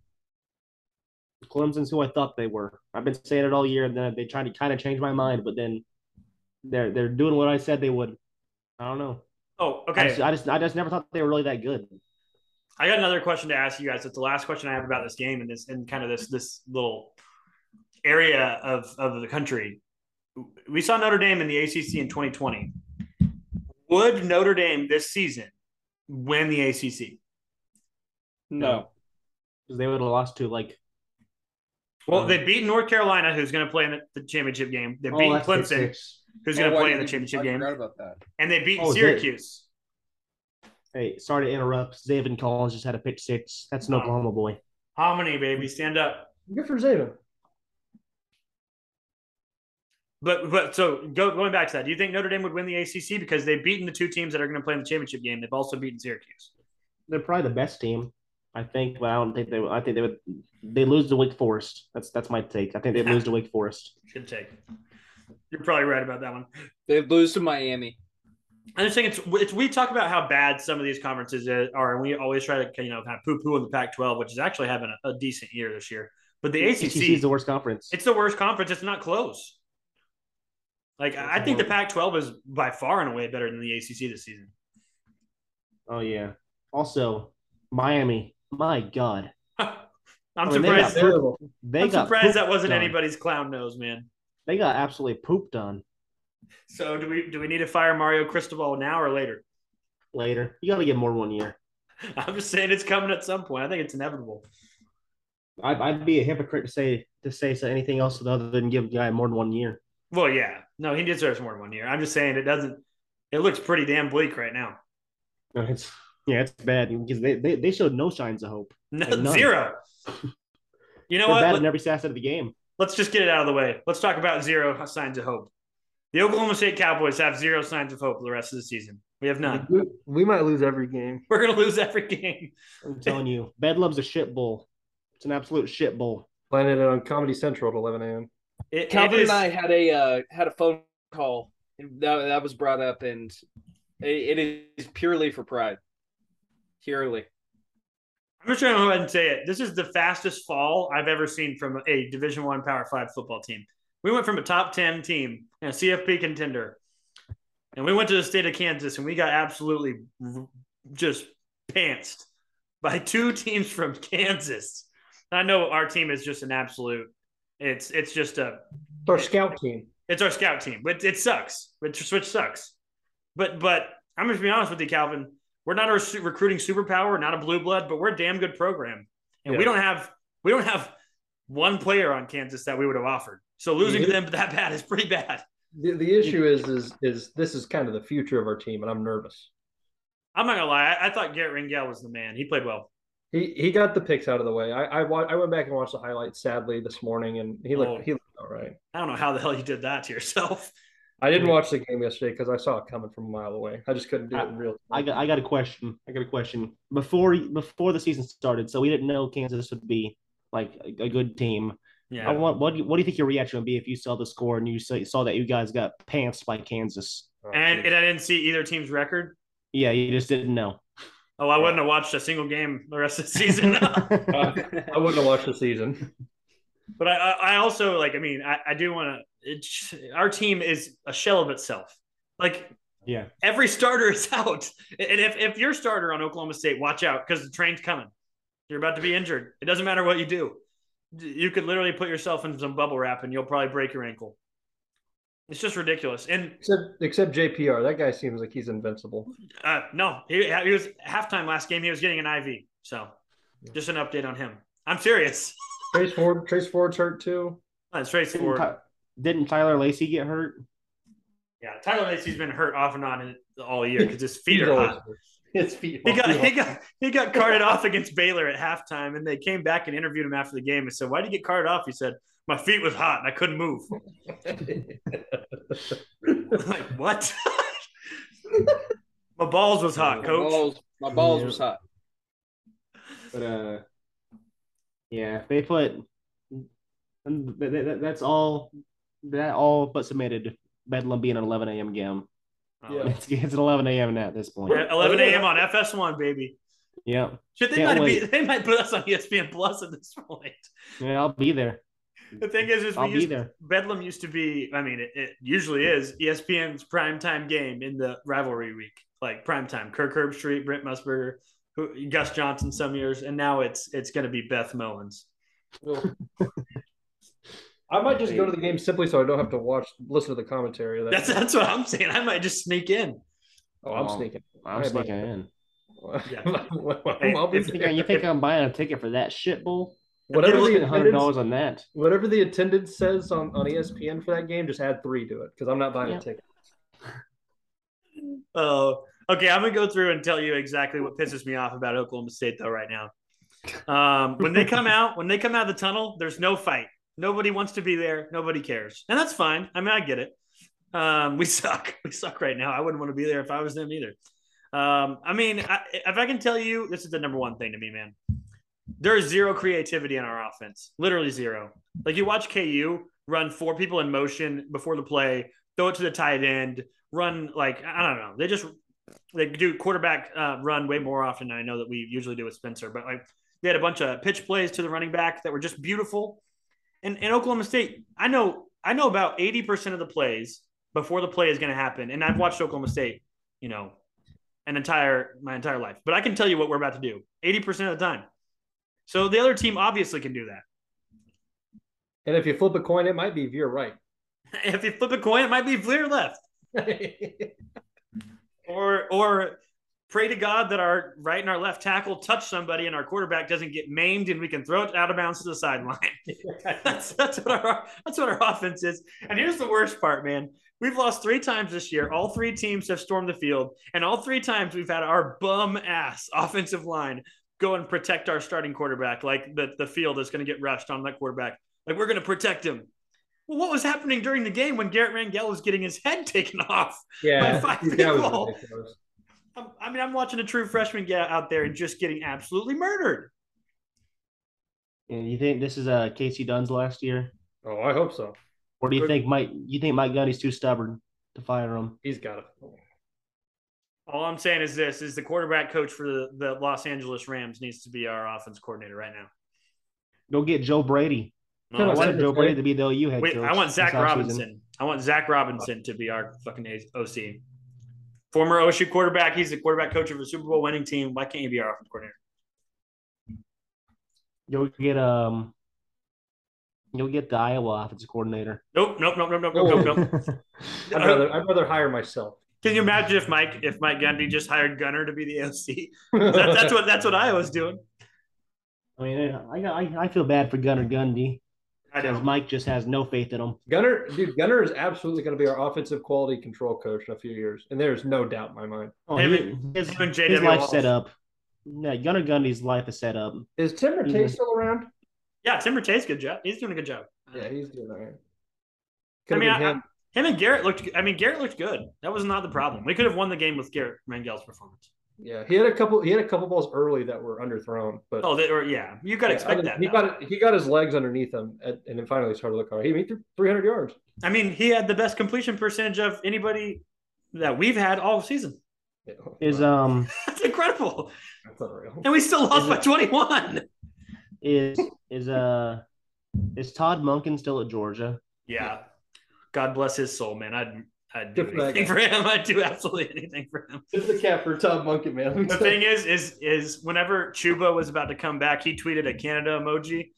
S10: Clemson's who I thought they were. I've been saying it all year, and then they tried to kind of change my mind, but then they're they're doing what I said they would. I don't know.
S9: Oh, okay.
S10: I just I just, I just never thought they were really that good.
S9: I got another question to ask you guys. It's the last question I have about this game and this and kind of this this little area of of the country. We saw Notre Dame in the ACC in 2020 would Notre Dame this season win the ACC?
S10: No, because they would have lost to like.
S9: Well, um, they beat North Carolina, who's going to play in the championship game. They beat oh, Clemson, who's oh, going to play in the championship game. And they beat oh, Syracuse.
S10: They, hey, sorry to interrupt. Zayvon Collins just had a pick six. That's an Oklahoma boy.
S9: How many, baby? Stand up.
S12: Good for Zayvon.
S9: But but so go, going back to that, do you think Notre Dame would win the ACC because they've beaten the two teams that are going to play in the championship game? They've also beaten Syracuse.
S10: They're probably the best team, I think. But I don't think they. I think they would. They lose to Wake Forest. That's that's my take. I think they lose to Wake Forest.
S9: Good take. You're probably right about that one.
S6: They lose to Miami.
S9: I just think it's it's we talk about how bad some of these conferences are, and we always try to you know kind of poo poo in the Pac-12, which is actually having a, a decent year this year. But the, the ACC, ACC
S10: is the worst conference.
S9: It's the worst conference. It's not close. Like I think the Pac-12 is by far and away better than the ACC this season.
S10: Oh yeah. Also, Miami. My God.
S9: I'm I mean, surprised. They got, they I'm surprised that wasn't done. anybody's clown nose, man.
S10: They got absolutely pooped on.
S9: So do we do we need to fire Mario Cristobal now or later?
S10: Later. You got to get more one year.
S9: I'm just saying it's coming at some point. I think it's inevitable.
S10: I'd, I'd be a hypocrite to say to say anything else other than give a guy more than one year.
S9: Well, yeah. No, he deserves more than one year. I'm just saying it doesn't. It looks pretty damn bleak right now.
S10: It's yeah, it's bad because they they, they showed no signs of hope.
S9: No, like zero. You know what?
S10: Bad Let, in every facet of the game.
S9: Let's just get it out of the way. Let's talk about zero signs of hope. The Oklahoma State Cowboys have zero signs of hope the rest of the season. We have none.
S12: We might lose every game.
S9: We're gonna lose every game.
S10: I'm telling you, Bedlam's a shit bowl. It's an absolute shit bowl.
S12: Planted on Comedy Central at 11 a.m.
S6: It, Calvin it and I had a uh, had a phone call that, that was brought up, and it, it is purely for pride. Purely.
S9: I'm just going to go ahead and say it. This is the fastest fall I've ever seen from a Division One Power Five football team. We went from a top ten team and a CFP contender, and we went to the state of Kansas, and we got absolutely just pantsed by two teams from Kansas. I know our team is just an absolute it's it's just a
S12: it's our it, scout team.
S9: It's our scout team, but it sucks. Which which sucks. But but I'm just being honest with you, Calvin. We're not a recruiting superpower, not a blue blood, but we're a damn good program, and yeah. we don't have we don't have one player on Kansas that we would have offered. So losing to them that bad is pretty bad.
S12: The, the issue is is is this is kind of the future of our team, and I'm nervous.
S9: I'm not gonna lie. I, I thought Garrett Ringel was the man. He played well.
S12: He he got the picks out of the way. I I, wa- I went back and watched the highlights sadly this morning, and he looked
S9: Oh.
S12: he looked all right.
S9: I don't know how the hell you did that to yourself.
S12: I didn't watch the game yesterday because I saw it coming from a mile away. I just couldn't do it in real.
S10: I got I got a question. I got a question. Before before the season started, so we didn't know Kansas would be like a, a good team.
S9: Yeah.
S10: I want what do you, what do you think your reaction would be if you saw the score and you say, saw that you guys got pantsed by Kansas?
S9: Oh, And, and I didn't see either team's record.
S10: Yeah, you just didn't know.
S9: Oh, I wouldn't have watched a single game the rest of the season.
S12: I wouldn't have watched the season.
S9: But I, I I also like. I mean, I, I do want to. Our team is a shell of itself. Like
S10: Yeah.
S9: every starter is out, and if if you're starter on Oklahoma State, watch out because the train's coming. You're about to be injured. It doesn't matter what you do. You could literally put yourself in some bubble wrap, and you'll probably break your ankle. It's just ridiculous. And
S12: Except except JPR, that guy seems like he's invincible.
S9: uh, no, he, he was halftime last game. He was getting an IV. So just an update on him. I'm serious.
S12: Trace Ford, Trace Ford's hurt too.
S9: That's right.
S10: Didn't,
S9: straightforward.
S10: Ty- didn't Tyler Lacey get hurt?
S9: Yeah, Tyler Lacey's been hurt off and on in- all year because his feet
S12: He's
S9: are
S12: always
S9: hot.
S12: hurt. His feet.
S9: He got he got he got carted off against Baylor at halftime, and they came back and interviewed him after the game and said, "Why did you get carted off?" He said, "My feet was hot and I couldn't move." like what? my balls was hot,
S6: My
S9: coach.
S6: balls, my balls was hot.
S10: But uh, yeah, they put and th- th- th- that's all that all but submitted Bedlam being an 11 a.m. game.
S9: Yeah.
S10: It's, it's an 11 a.m. now at this point.
S9: Yeah, 11 a.m. on FS1, baby.
S10: Yeah,
S9: Shit, they
S10: Can't
S9: might
S10: wait.
S9: be they might put us on E ESPN Plus at this point.
S10: yeah, I'll be there.
S9: The thing is, is we
S10: I'll be
S9: used,
S10: there.
S9: Bedlam used to be. I mean, it, it usually is E ESPN's primetime game in the rivalry week, like primetime. Kirk Herbstreit, Brent Musburger, who, Gus Johnson, some years, and now it's it's going to be Beth Mullins.
S12: I might just go to the game simply so I don't have to watch, listen to the commentary.
S9: That's that's what I'm saying. I might just sneak in.
S12: Oh, I'm sneaking.
S10: I'm
S12: Hey,
S10: sneaking in.
S9: Yeah.
S12: Well, I'll be
S10: You think, you think I'm buying a ticket for that shit bowl?
S12: Whatever the
S10: hundred
S12: attendance,
S10: dollars on that.
S12: whatever the attendance says on, E on ESPN for that game, just add three to it because I'm not buying
S10: Yeah.
S12: a ticket.
S9: Oh, okay. I'm gonna go through and tell you exactly what pisses me off about Oklahoma State though right now. Um, when they come out, when they come out of the tunnel, there's no fight. Nobody wants to be there. Nobody cares, and that's fine. I mean, I get it. Um, we suck. We suck right now. I wouldn't want to be there if I was them either. Um, I mean, I, if I can tell you, this is the number one thing to me, man. There is zero creativity in our offense. Literally zero. Like you watch KU run four people in motion before the play, throw it to the tight end, run like I don't know. They just they do quarterback uh, run way more often than I know that we usually do with Spencer. But like they had a bunch of pitch plays to the running back that were just beautiful. And in Oklahoma State, I know I know about eighty percent of the plays before the play is going to happen. And I've watched Oklahoma State, you know, an entire my entire life. But I can tell you what we're about to do eighty percent of the time. So the other team obviously can do that.
S12: And if you flip a coin, it might be if you're right.
S9: if you flip a coin, it might be clear left. or or pray to God that our right and our left tackle touch somebody and our quarterback doesn't get maimed and we can throw it out of bounds to the sideline. that's that's what our that's what our offense is. And here's the worst part, man. We've lost three times this year. All three teams have stormed the field, and all three times we've had our bum ass offensive line go and protect our starting quarterback. Like the, the field is going to get rushed on that quarterback. Like we're going to protect him. Well, what was happening during the game when Garrett Rangel was getting his head taken off?
S12: Yeah,
S9: By five
S12: that was
S9: people.
S12: ridiculous.
S9: I'm, I mean, I'm watching a true freshman get out there and just getting absolutely murdered.
S10: And you think this is uh Casey Dunn's last year?
S12: Oh, I hope so.
S10: Or do you
S12: Good.
S10: think Mike? You think Mike Gundy's too stubborn to fire him?
S12: He's got it.
S9: Oh, All I'm saying is this: is the quarterback coach for the, the Los Angeles Rams needs to be our offense coordinator right now.
S10: Go get Joe Brady.
S9: No,
S10: I
S9: I
S10: want
S9: said-
S10: Joe Brady to be the OU head
S9: Wait,
S10: coach.
S9: I want Zach
S10: this offseason.
S9: Robinson. I want Zach Robinson to be our fucking A- OC. Former OSU quarterback. He's the quarterback coach of a Super Bowl winning team. Why can't he be our offense coordinator?
S10: You'll get um, you'll get the Iowa offensive coordinator.
S9: Nope, nope, nope, nope, nope, nope, nope,
S10: Oh.
S9: nope.
S12: I'd rather, I'd rather hire myself.
S9: Can you imagine if Mike if Mike Gundy just hired Gunner to be the OC? That- that's what that's what Iowa's doing.
S10: I mean, I I, I feel bad for Gunner Gundy because Mike just has no faith in him.
S12: Gunner, dude, Gunner is absolutely going to be our offensive quality control coach in a few years, and there's no doubt in my mind.
S10: Oh, he, his, his life set up. Yeah, Gunner Gundy's life is set up.
S12: Is Tim Rattay
S9: Yeah.
S12: still around?
S9: Yeah, Tim Rattay's good job. He's doing a good job.
S12: Yeah, he's doing all right.
S9: I
S12: Could've
S9: mean,
S12: been
S9: I-
S12: him.
S9: Him and Garrett looked. I mean, Garrett looked good. That was not the problem. We could have won the game with Garrett Mangel's performance.
S12: Yeah, he had a couple. He had a couple balls early that were underthrown, but
S9: Oh, they, or yeah, you got to
S12: Yeah,
S9: expect
S12: other-
S9: that.
S12: He
S9: though.
S12: got he got his legs underneath him, at, and then finally started to look hard. He he threw 300 yards.
S9: I mean, he had the best completion percentage of anybody that we've had all season.
S10: Is um
S9: That's incredible.
S12: That's unreal.
S9: And we still lost by 21.
S10: is is uh is Todd Munkin still at Georgia?
S9: Yeah. God bless his soul, man. I'd I'd do
S10: Good for that
S9: anything
S10: guy.
S9: for him. I'd do absolutely anything for him.
S12: It's the cap for Tom Munkin, man.
S9: The thing is, is is whenever Chuba was about to come back, he tweeted a Canada emoji.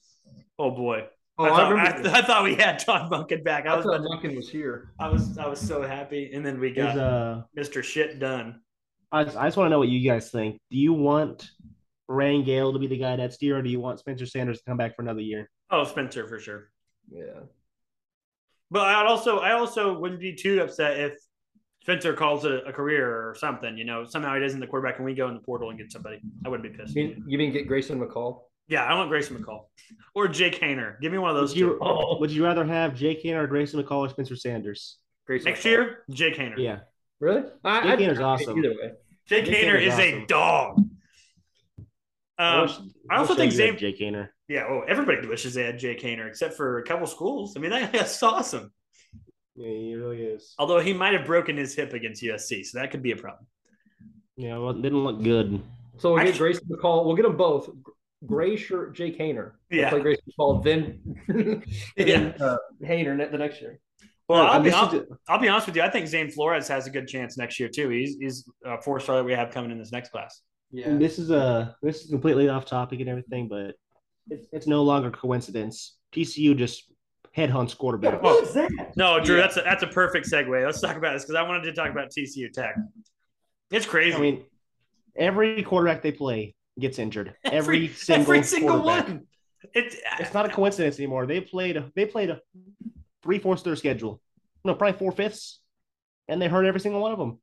S9: Oh boy.
S12: Oh,
S9: I,
S12: I
S9: thought,
S12: remember
S9: I,
S12: this.
S9: I thought we had Todd Munkin back. I,
S12: I
S9: was
S12: thought
S9: about to-
S12: Munkin was here.
S9: I was I was so happy. And then we got
S10: Is uh
S9: Mr. Shit done.
S10: I just, I just want to know what you guys think. Do you want Rangel to be the guy that's here, or do you want Spencer Sanders to come back for another year?
S9: Oh, Spencer for sure.
S12: Yeah.
S9: But I'd also I also wouldn't be too upset if Spencer calls it a career or something. You know, somehow he doesn't the quarterback, and we go in the portal and get somebody. I wouldn't be pissed.
S12: You mean, you mean get Grayson McCall?
S9: Yeah, I want Grayson McCall or Jake Hayner. Give me one of those
S10: Would you,
S9: two.
S10: would you rather have Jake Hanna or Grayson McCall or Spencer Sanders?
S9: Next year, Jake Hayner.
S10: Yeah.
S12: Really? I,
S10: Jake
S12: I'd-
S10: Hayner's
S12: I'd-
S10: awesome.
S12: Either way.
S9: Jake
S10: Jake
S9: Hayner
S10: Hayner's
S9: is a
S10: awesome.
S9: dog. Um, I also
S10: wish
S9: think
S10: I did
S9: Zay.
S10: have Jake Hayner.
S9: Yeah, well, everybody wishes they had Jake Hayner, except for a couple schools. I mean, that, that's awesome.
S10: Yeah, he really is.
S9: Although he might have broken his hip against USC, so that could be a problem.
S10: Yeah, well, it didn't look good.
S12: So we'll get Grayson McCall. We'll get them both. Gray shirt, Jake Hayner. We'll
S9: Yeah.
S12: Play Grayson McCall, then, and then uh, Hayner ne- the next year.
S9: Well,
S12: No,
S9: I'll,
S12: and
S9: be,
S12: this
S9: I'll,
S12: is
S9: I'll be honest with you. I think Zane Flores has a good chance next year too. He's he's a four star that we have coming in this next class.
S10: And This is a this is completely off topic and everything, but it's it's no longer coincidence. TCU just headhunts quarterbacks.
S9: Oh, No, Drew, that's a, that's a perfect segue. Let's talk about this because I wanted to talk about TCU Tech. It's crazy.
S10: I mean, every quarterback they play gets injured. Every, single
S9: every single
S10: quarterback.
S9: one. It's
S10: It's not a coincidence anymore. They played they played three fourths of their schedule. No, probably four fifths, and they hurt every single one of them.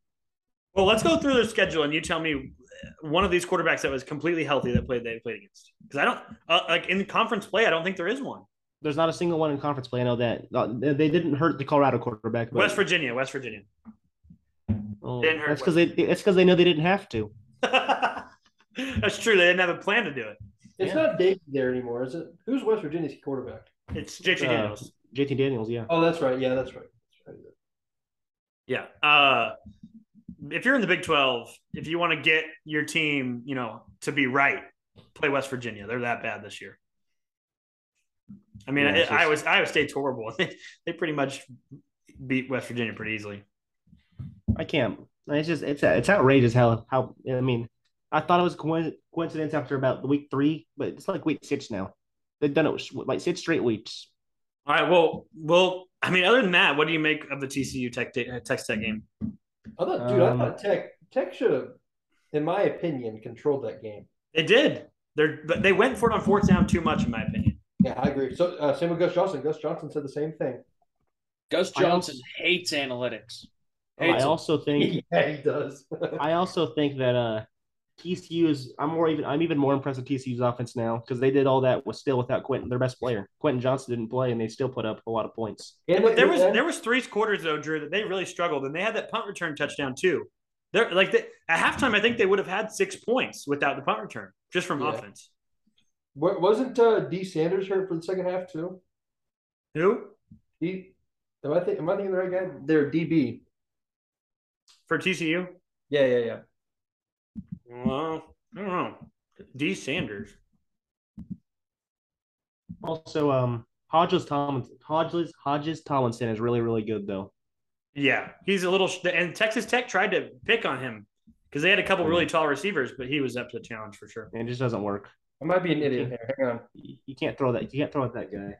S9: well. Let's go through their schedule and you tell me one of these quarterbacks that was completely healthy that played they played against. Because I don't uh, like in conference play. I don't think there is one.
S10: There's not a single one in conference play. I know that Uh, they they didn't hurt the Colorado quarterback. But,
S9: West Virginia, West Virginia.
S10: oh,
S9: didn't hurt
S10: that's because they that's because they know they didn't have to.
S9: That's true. They didn't have a plan to do it.
S12: It's not Davey there anymore, is it? Who's West Virginia's quarterback?
S9: It's JT
S10: Uh,
S9: Daniels.
S10: JT Daniels, yeah.
S12: Oh, that's right. Yeah, that's right. That's right.
S9: Yeah. Uh, if you're in the Big 12, if you want to get your team, you know, to be right, play West Virginia. They're that bad this year. I mean,
S10: Yeah,
S9: I
S10: it's just-
S9: Iowa, Iowa State's horrible. They, they pretty much beat West Virginia pretty easily.
S10: I can't. It's just it's it's outrageous how how I mean. I thought it was coin- coincidence after about week three, but it's like week six now. They've done it like six straight weeks.
S9: All right. Well, well, I mean, other than that, what do you make of the TCU Tech uh, Texas Tech game?
S12: I thought, dude,
S9: Um,
S12: I thought Tech Tech should have, in my opinion, controlled that game.
S9: They did. They're, but they went for it on fourth down too much, in my opinion.
S12: Yeah, I agree. So uh, same with Gus Johnson. Gus Johnson said the same thing.
S6: Gus
S10: I also-
S6: Johnson hates analytics.
S10: I
S6: Hates 'em.
S10: also think
S12: yeah, he does.
S10: I also think that uh TCU is I'm more even I'm even more impressed with TCU's offense now because they did all that with still without Quentin their best player. Quentin Johnson didn't play and they still put up a lot of points.
S12: And
S9: But there was there was three quarters though, Drew, that they really struggled, and they had that punt return touchdown too. They're like they, at halftime, I think they would have had six points without the punt return, just from
S12: Yeah.
S9: offense.
S12: Wa- wasn't uh, D Sanders hurt for the second half too?
S9: Who
S12: D, am I think am I thinking the right guy? They're DB.
S9: for TCU?
S12: Yeah, yeah, yeah.
S9: Well, I don't know. D Sanders.
S10: Also, um Hodges Tomlinson Hodges Hodges Tomlinson is really really good though.
S9: Yeah, he's a little. And Texas Tech tried to pick on him because they had a couple really tall receivers, but he was up to the challenge for sure.
S10: And it just doesn't work.
S12: I might be an idiot here. Hang on.
S10: You can't throw that. You can't throw at that guy.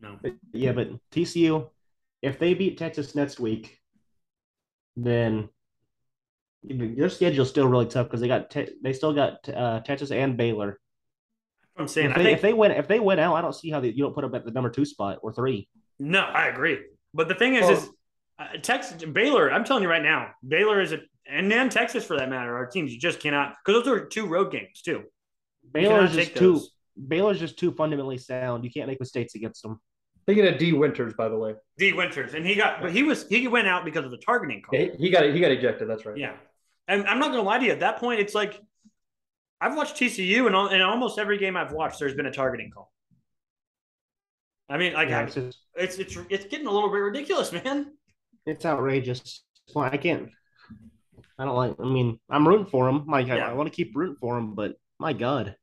S9: No.
S10: But- yeah, but TCU, if they beat Texas next week, then their schedule's still really tough because they got te- they still got uh, Texas and Baylor.
S9: I'm saying
S10: if
S9: I
S10: they,
S9: think
S10: if they went if they went out, I don't see how they, you don't put them at the number two spot or three.
S9: No, I agree. But the thing is, is
S10: Oh.
S9: uh, Texas Baylor. I'm telling you right now, Baylor is a and then Texas for that matter are teams you just cannot because those are two road games too. You
S10: Baylor's
S9: cannot
S10: just
S9: take
S10: too
S9: those.
S10: Baylor's just too fundamentally sound. You can't make mistakes against them.
S12: Thinking of D Winters, by the way.
S9: D Winters, and he got, but he was he went out because of the targeting call.
S12: He he got he got ejected. That's right.
S9: Yeah, and I'm not gonna lie to you. At that point, it's like I've watched TCU, and all, in almost every game I've watched, there's been a targeting call. I mean, like
S10: Yeah,
S9: I-
S10: it's just-
S9: it's it's it's getting a little bit ridiculous, man.
S10: It's outrageous. Why- I can't. I don't like. I mean, I'm rooting for them. Like I,
S9: Yeah.
S10: I want to keep rooting for them, but my God,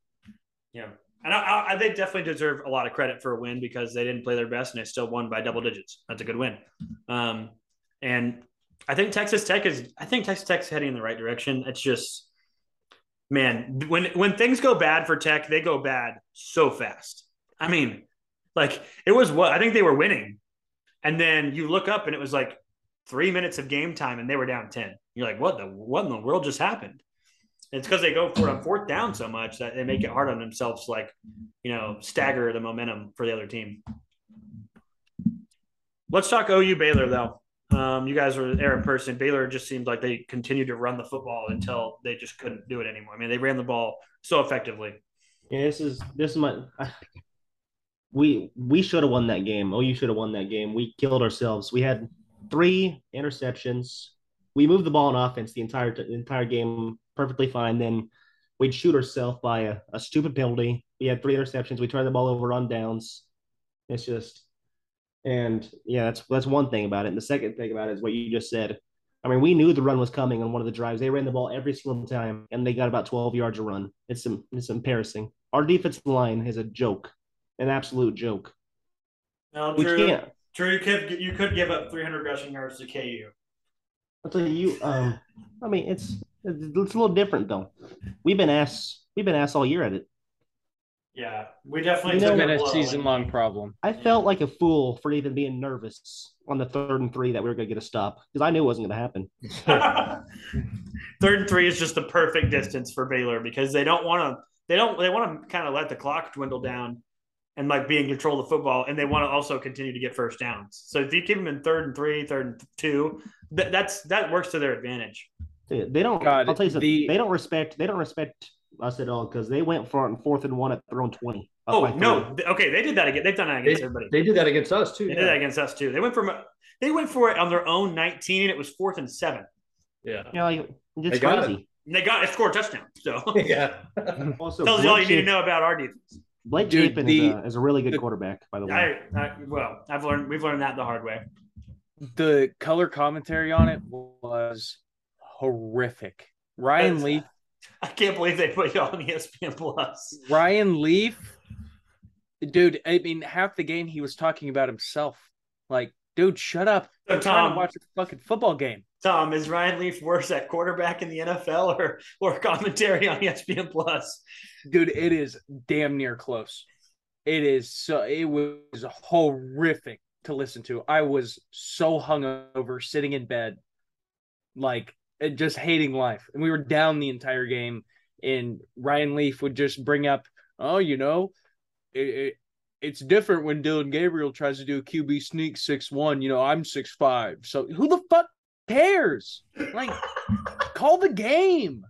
S9: Yeah, and I, I, I- they definitely deserve a lot of credit for a win because they didn't play their best and they still won by double digits. That's a good win. Um, and I think Texas Tech is. I think Texas Tech's heading in the right direction. It's just, man, when when things go bad for Tech, they go bad so fast. I mean, like it was what I think they were winning, and then you look up and it was like three minutes of game time and they were down ten. You're like, what the what in the world just happened? It's because they go for it on fourth down so much that they make it hard on themselves, to, like you know, stagger the momentum for the other team. Let's talk OU Baylor though. Um, you guys were there in person. Baylor just seemed like they continued to run the football until they just couldn't do it anymore. I mean, they ran the ball so effectively.
S10: yeah, this is this is my. we we should have won that game. Oh, you should have won that game. We killed ourselves. We had three interceptions. We moved the ball on offense the entire the entire game perfectly fine. Then we'd shoot ourselves by a, a stupid penalty. We had three interceptions. We turned the ball over on downs. It's just, and yeah, that's that's one thing about it. And the second thing about it is what you just said. I mean, we knew the run was coming on one of the drives. They ran the ball every single time, and they got about 12 yards a run. It's em- it's embarrassing. Our defensive line is a joke, an absolute joke.
S9: Now,
S10: We can't.
S9: True, you could you could give up 300 rushing yards to KU.
S10: I'll tell you, um, I mean, it's it's a little different though. We've been asked, we've been asked all year at it.
S9: Yeah, we definitely
S6: It's
S9: took
S6: been
S9: a
S6: a
S9: blow.
S6: season long problem.
S10: I felt like a fool for even being nervous on the third and three that we were going to get a stop because I knew it wasn't going to happen.
S9: Third and three is just the perfect distance for Baylor because they don't want to. They don't. They want to kind of let the clock dwindle down and like be in control of the football, and they want to also continue to get first downs. So if you keep them in third and three, third and two, th- that's that works to their advantage.
S10: They, they don't.
S6: God,
S10: I'll tell you something.
S6: the-
S10: they don't respect. They don't respect us at all because they went for it on fourth and one at their own twenty. up
S9: Oh
S10: by three.
S9: no! Th- Okay, they did that again. They've done that
S12: They,
S9: against everybody.
S12: they did that against us too.
S9: They did that against us too. They went from they went for it on their own nineteen, and it was fourth and seven.
S12: Yeah.
S10: Yeah, like, it's
S12: They got it.
S10: crazy.
S9: And they got a score touchdown. So
S12: Yeah.
S10: Also,
S9: tells you all you
S10: Blake
S9: need to
S10: Chap-
S9: know about our defense.
S10: Blake
S6: Dude,
S10: Chapin
S6: the-
S10: is, a, is a really good quarterback, by the way.
S9: I, I well, I've learned we've learned that the hard way.
S6: The color commentary on it was horrific. Ryan
S9: That's-
S6: Leaf,
S9: I can't believe they put you on E ESPN Plus.
S6: Ryan Leaf, dude. I mean, half the game he was talking about himself. Like, dude, shut up.
S9: So,
S6: I'm trying
S9: Tom-
S6: to watch a fucking football game.
S9: Tom, is Ryan Leaf worse at quarterback in the NFL or or commentary on E ESPN Plus?
S6: dude it is damn near close it is so it was horrific to listen to i was so hungover sitting in bed like and just hating life and we were down the entire game and ryan leaf would just bring up oh you know it, it it's different when Dylan Gabriel tries to do a QB sneak six one. You know, I'm six five. So who the fuck cares? Like, call the game.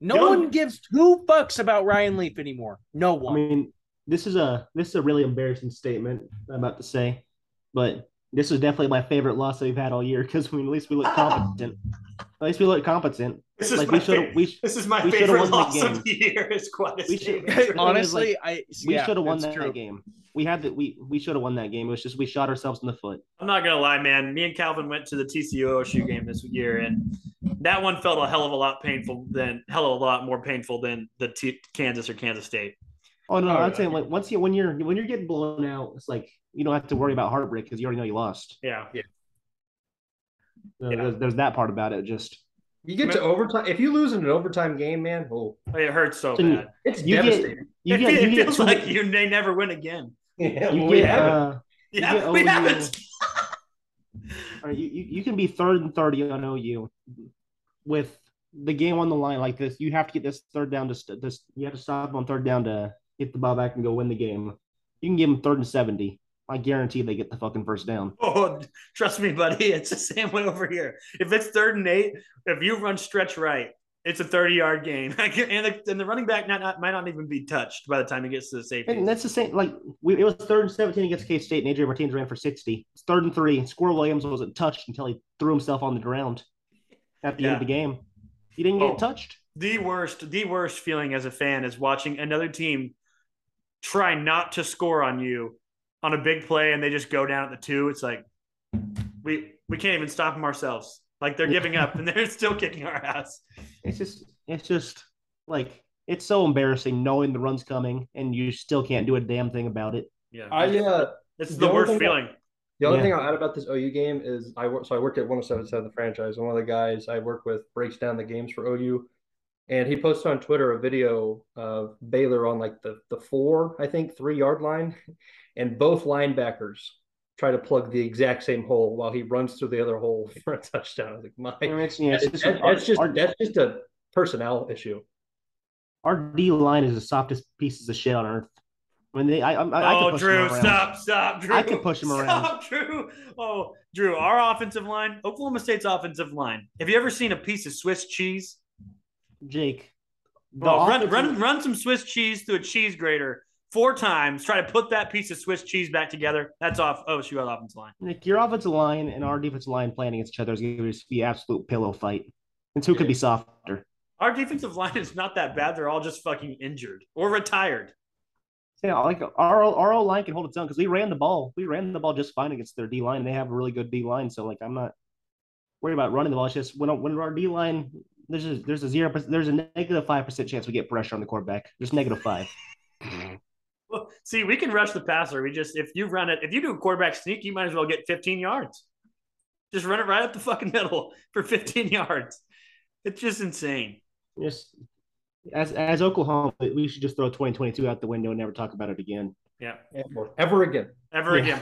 S6: No
S9: Dylan-
S6: one gives two fucks about Ryan Leaf anymore. No
S10: I
S6: one.
S10: mean, this is a this is a really embarrassing statement I'm about to say, but this is definitely my favorite loss that we've had all year because we, at least we look competent. at least we look competent.
S9: This is
S10: like
S9: my
S10: we should
S9: fa-
S10: have we, sh-
S9: This is my
S10: We should've
S9: favorite
S10: won the
S9: loss
S10: game.
S9: of the year. Is quite a
S10: We should-
S9: statement.
S6: Honestly, I
S10: we
S6: yeah,
S10: should have won
S6: that's
S10: that
S6: true.
S10: game. We had that we we should have won that game. It was just we shot ourselves in the foot.
S9: I'm not gonna lie, man. Me and Calvin went to the TCU OSU game this year, and that one felt a hell of a lot painful than hell of a lot more painful than the T- Kansas or Kansas State.
S10: Oh no,
S9: Oh,
S10: I'm
S9: yeah.
S10: saying like once you when you're when you're getting blown out, it's like you don't have to worry about heartbreak because you already know you lost.
S9: Yeah,
S10: So There's, there's that part about it. Just
S12: You get to overtime. If you lose in an overtime game, man, oh,
S9: it hurts so
S10: So you-
S9: bad.
S12: it's
S10: you get
S12: devastating.
S10: you
S9: it,
S10: get
S9: fe-
S10: you
S9: it
S10: get
S9: feels
S10: two-
S9: like you may never win again.
S12: yeah,
S10: you
S12: well, we
S10: get,
S12: haven't.
S10: uh, You
S9: Yeah,
S10: get
S9: we
S10: OU.
S9: haven't.
S10: All right, you, you, you can be third and 30 on OU with the game on the line like this. You have to get this third down to st- this. You have to stop on third down to get the ball back and go win the game. You can give them third and 70. I guarantee they get the fucking first down.
S9: Oh, trust me, buddy. It's the same way over here. If it's third and eight, if you run stretch right, it's a 30 yard gain. and, the, and the running back not, not, might not even be touched by the time he gets to the safety.
S10: And that's the same. Like, we, it was third and 17 against K State, and Adrian Martinez ran for 60. It's third and three. Squirrel Williams wasn't touched until he threw himself on the ground at the yeah. end of the game. He didn't get oh, touched.
S9: The worst, the worst feeling as a fan is watching another team try not to score on you on a big play and they just go down at the two. It's like we we can't even stop them ourselves. Like they're giving up and they're still kicking our ass.
S10: It's just it's just like it's so embarrassing knowing the run's coming and you still can't do a damn thing about it.
S9: Yeah,
S11: I uh,
S9: it's the, the worst feeling.
S11: That, the other yeah. thing I'll add about this OU game is I work so I worked at 1077 the franchise and one of the guys I work with breaks down the games for OU and he posted on Twitter a video of Baylor on like the the four, I think, three yard line, and both linebackers try to plug the exact same hole while he runs through the other hole for a touchdown. I was like, my, I mean, it's, yeah, it's, just, that, our, that's just our, that's just a personnel issue.
S10: Our D line is the softest pieces of shit on earth. When they, I, I, I,
S9: oh,
S10: I
S9: Drew, stop, stop, Drew. I
S10: can push him around.
S9: Stop, Drew. Oh, Drew, our offensive line, Oklahoma State's offensive line. Have you ever seen a piece of Swiss cheese?
S10: Jake.
S9: Well, run, run, run some Swiss cheese through a cheese grater four times. Try to put that piece of Swiss cheese back together. That's off OSU offensive line.
S10: Nick, your offensive line and our defensive line playing against each other is going to be an absolute pillow fight. And who could be softer?
S9: Our defensive line is not that bad. They're all just fucking injured or retired.
S10: Yeah, like our our O line can hold its own because we ran the ball. We ran the ball just fine against their D line. and They have a really good D line, so like I'm not worried about running the ball. It's just when when our D line there's a there's a zero there's a negative five percent chance we get pressure on the quarterback. There's negative five.
S9: well, see, we can rush the passer. We just if you run it, if you do a quarterback sneak, you might as well get 15 yards. Just run it right up the fucking middle for 15 yards. It's just insane.
S10: Yes. As as Oklahoma, we should just throw 2022 out the window and never talk about it again.
S9: Yeah.
S11: Ever, ever again.
S9: Ever yeah.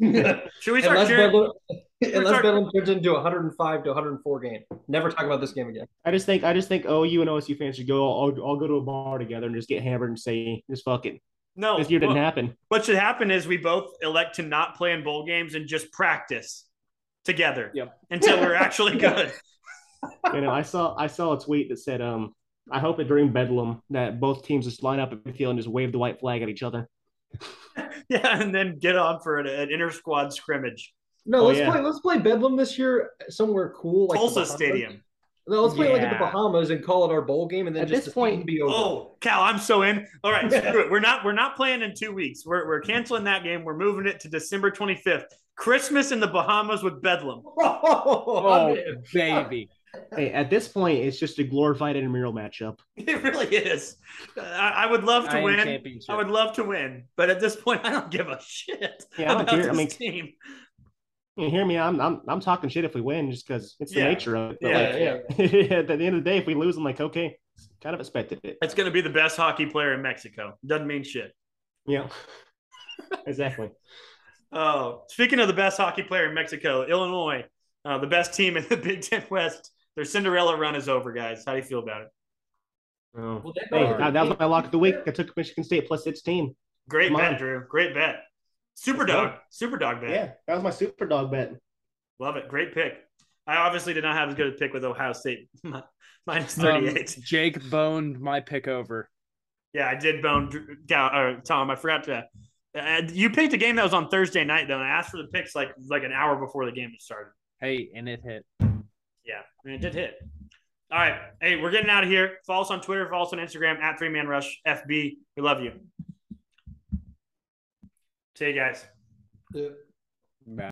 S9: again. should we start cheering?
S11: Unless Bedlam turns into 105 to 104 game. Never talk about this game again.
S10: I just think I just think OU and OSU fans should go all, all go to a bar together and just get hammered and say just fuck it.
S9: No,
S10: this year well, didn't happen.
S9: What should happen is we both elect to not play in bowl games and just practice together
S10: yep.
S9: until we're actually good.
S10: you know, I saw I saw a tweet that said, um, I hope at during Bedlam that both teams just line up at midfield and just wave the white flag at each other.
S9: yeah, and then get on for an, an inter squad scrimmage.
S11: No, oh, let's yeah. play. Let's play Bedlam this year somewhere cool, like
S9: Tulsa Stadium.
S11: No, let's play yeah. like at the Bahamas and call it our bowl game, and then
S10: at
S11: just
S10: this point
S9: be over. Oh, Cal, I'm so in. All right, screw it. We're not. We're not playing in two weeks. We're we're canceling that game. We're moving it to December 25th. Christmas in the Bahamas with Bedlam.
S10: oh, baby. Hey, at this point, it's just a glorified intramural matchup.
S9: It really is. I, I would love to I win. I would love to win, but at this point, I don't give a shit yeah, about this I mean, team.
S10: You hear me? I'm I'm I'm talking shit if we win, just because it's the
S9: Yeah.
S10: nature of it. But
S9: Yeah,
S10: like, at the end of the day, if we lose, I'm like, okay, kind of expected it.
S9: It's going to be the best hockey player in Mexico. Doesn't mean shit.
S10: Yeah, exactly.
S9: Oh, speaking of the best hockey player in Mexico, Illinois, uh, the best team in the Big Ten West. Their Cinderella run is over, guys. How do you feel about it?
S10: Oh. Well, hey, that, that, was my lock of the week. I took Michigan State plus 16.
S9: Great Come bet, on. Drew. Great bet. Super dog. Super dog bet.
S10: Yeah, that was my super dog bet.
S9: Love it. Great pick. I obviously did not have as good a pick with Ohio State minus thirty eight.
S6: Um, Jake boned my pick over.
S9: Yeah, I did bone Drew, uh, Tom. I forgot to. Uh, you picked a game that was on Thursday night though, and I asked for the picks like like an hour before the game started.
S6: Hey, and it hit.
S9: Yeah, and it did hit. All right. Hey, we're getting out of here. Follow us on Twitter. Follow us on Instagram at Three Man Rush FB. We love you. See you guys.
S11: Yeah. Bye.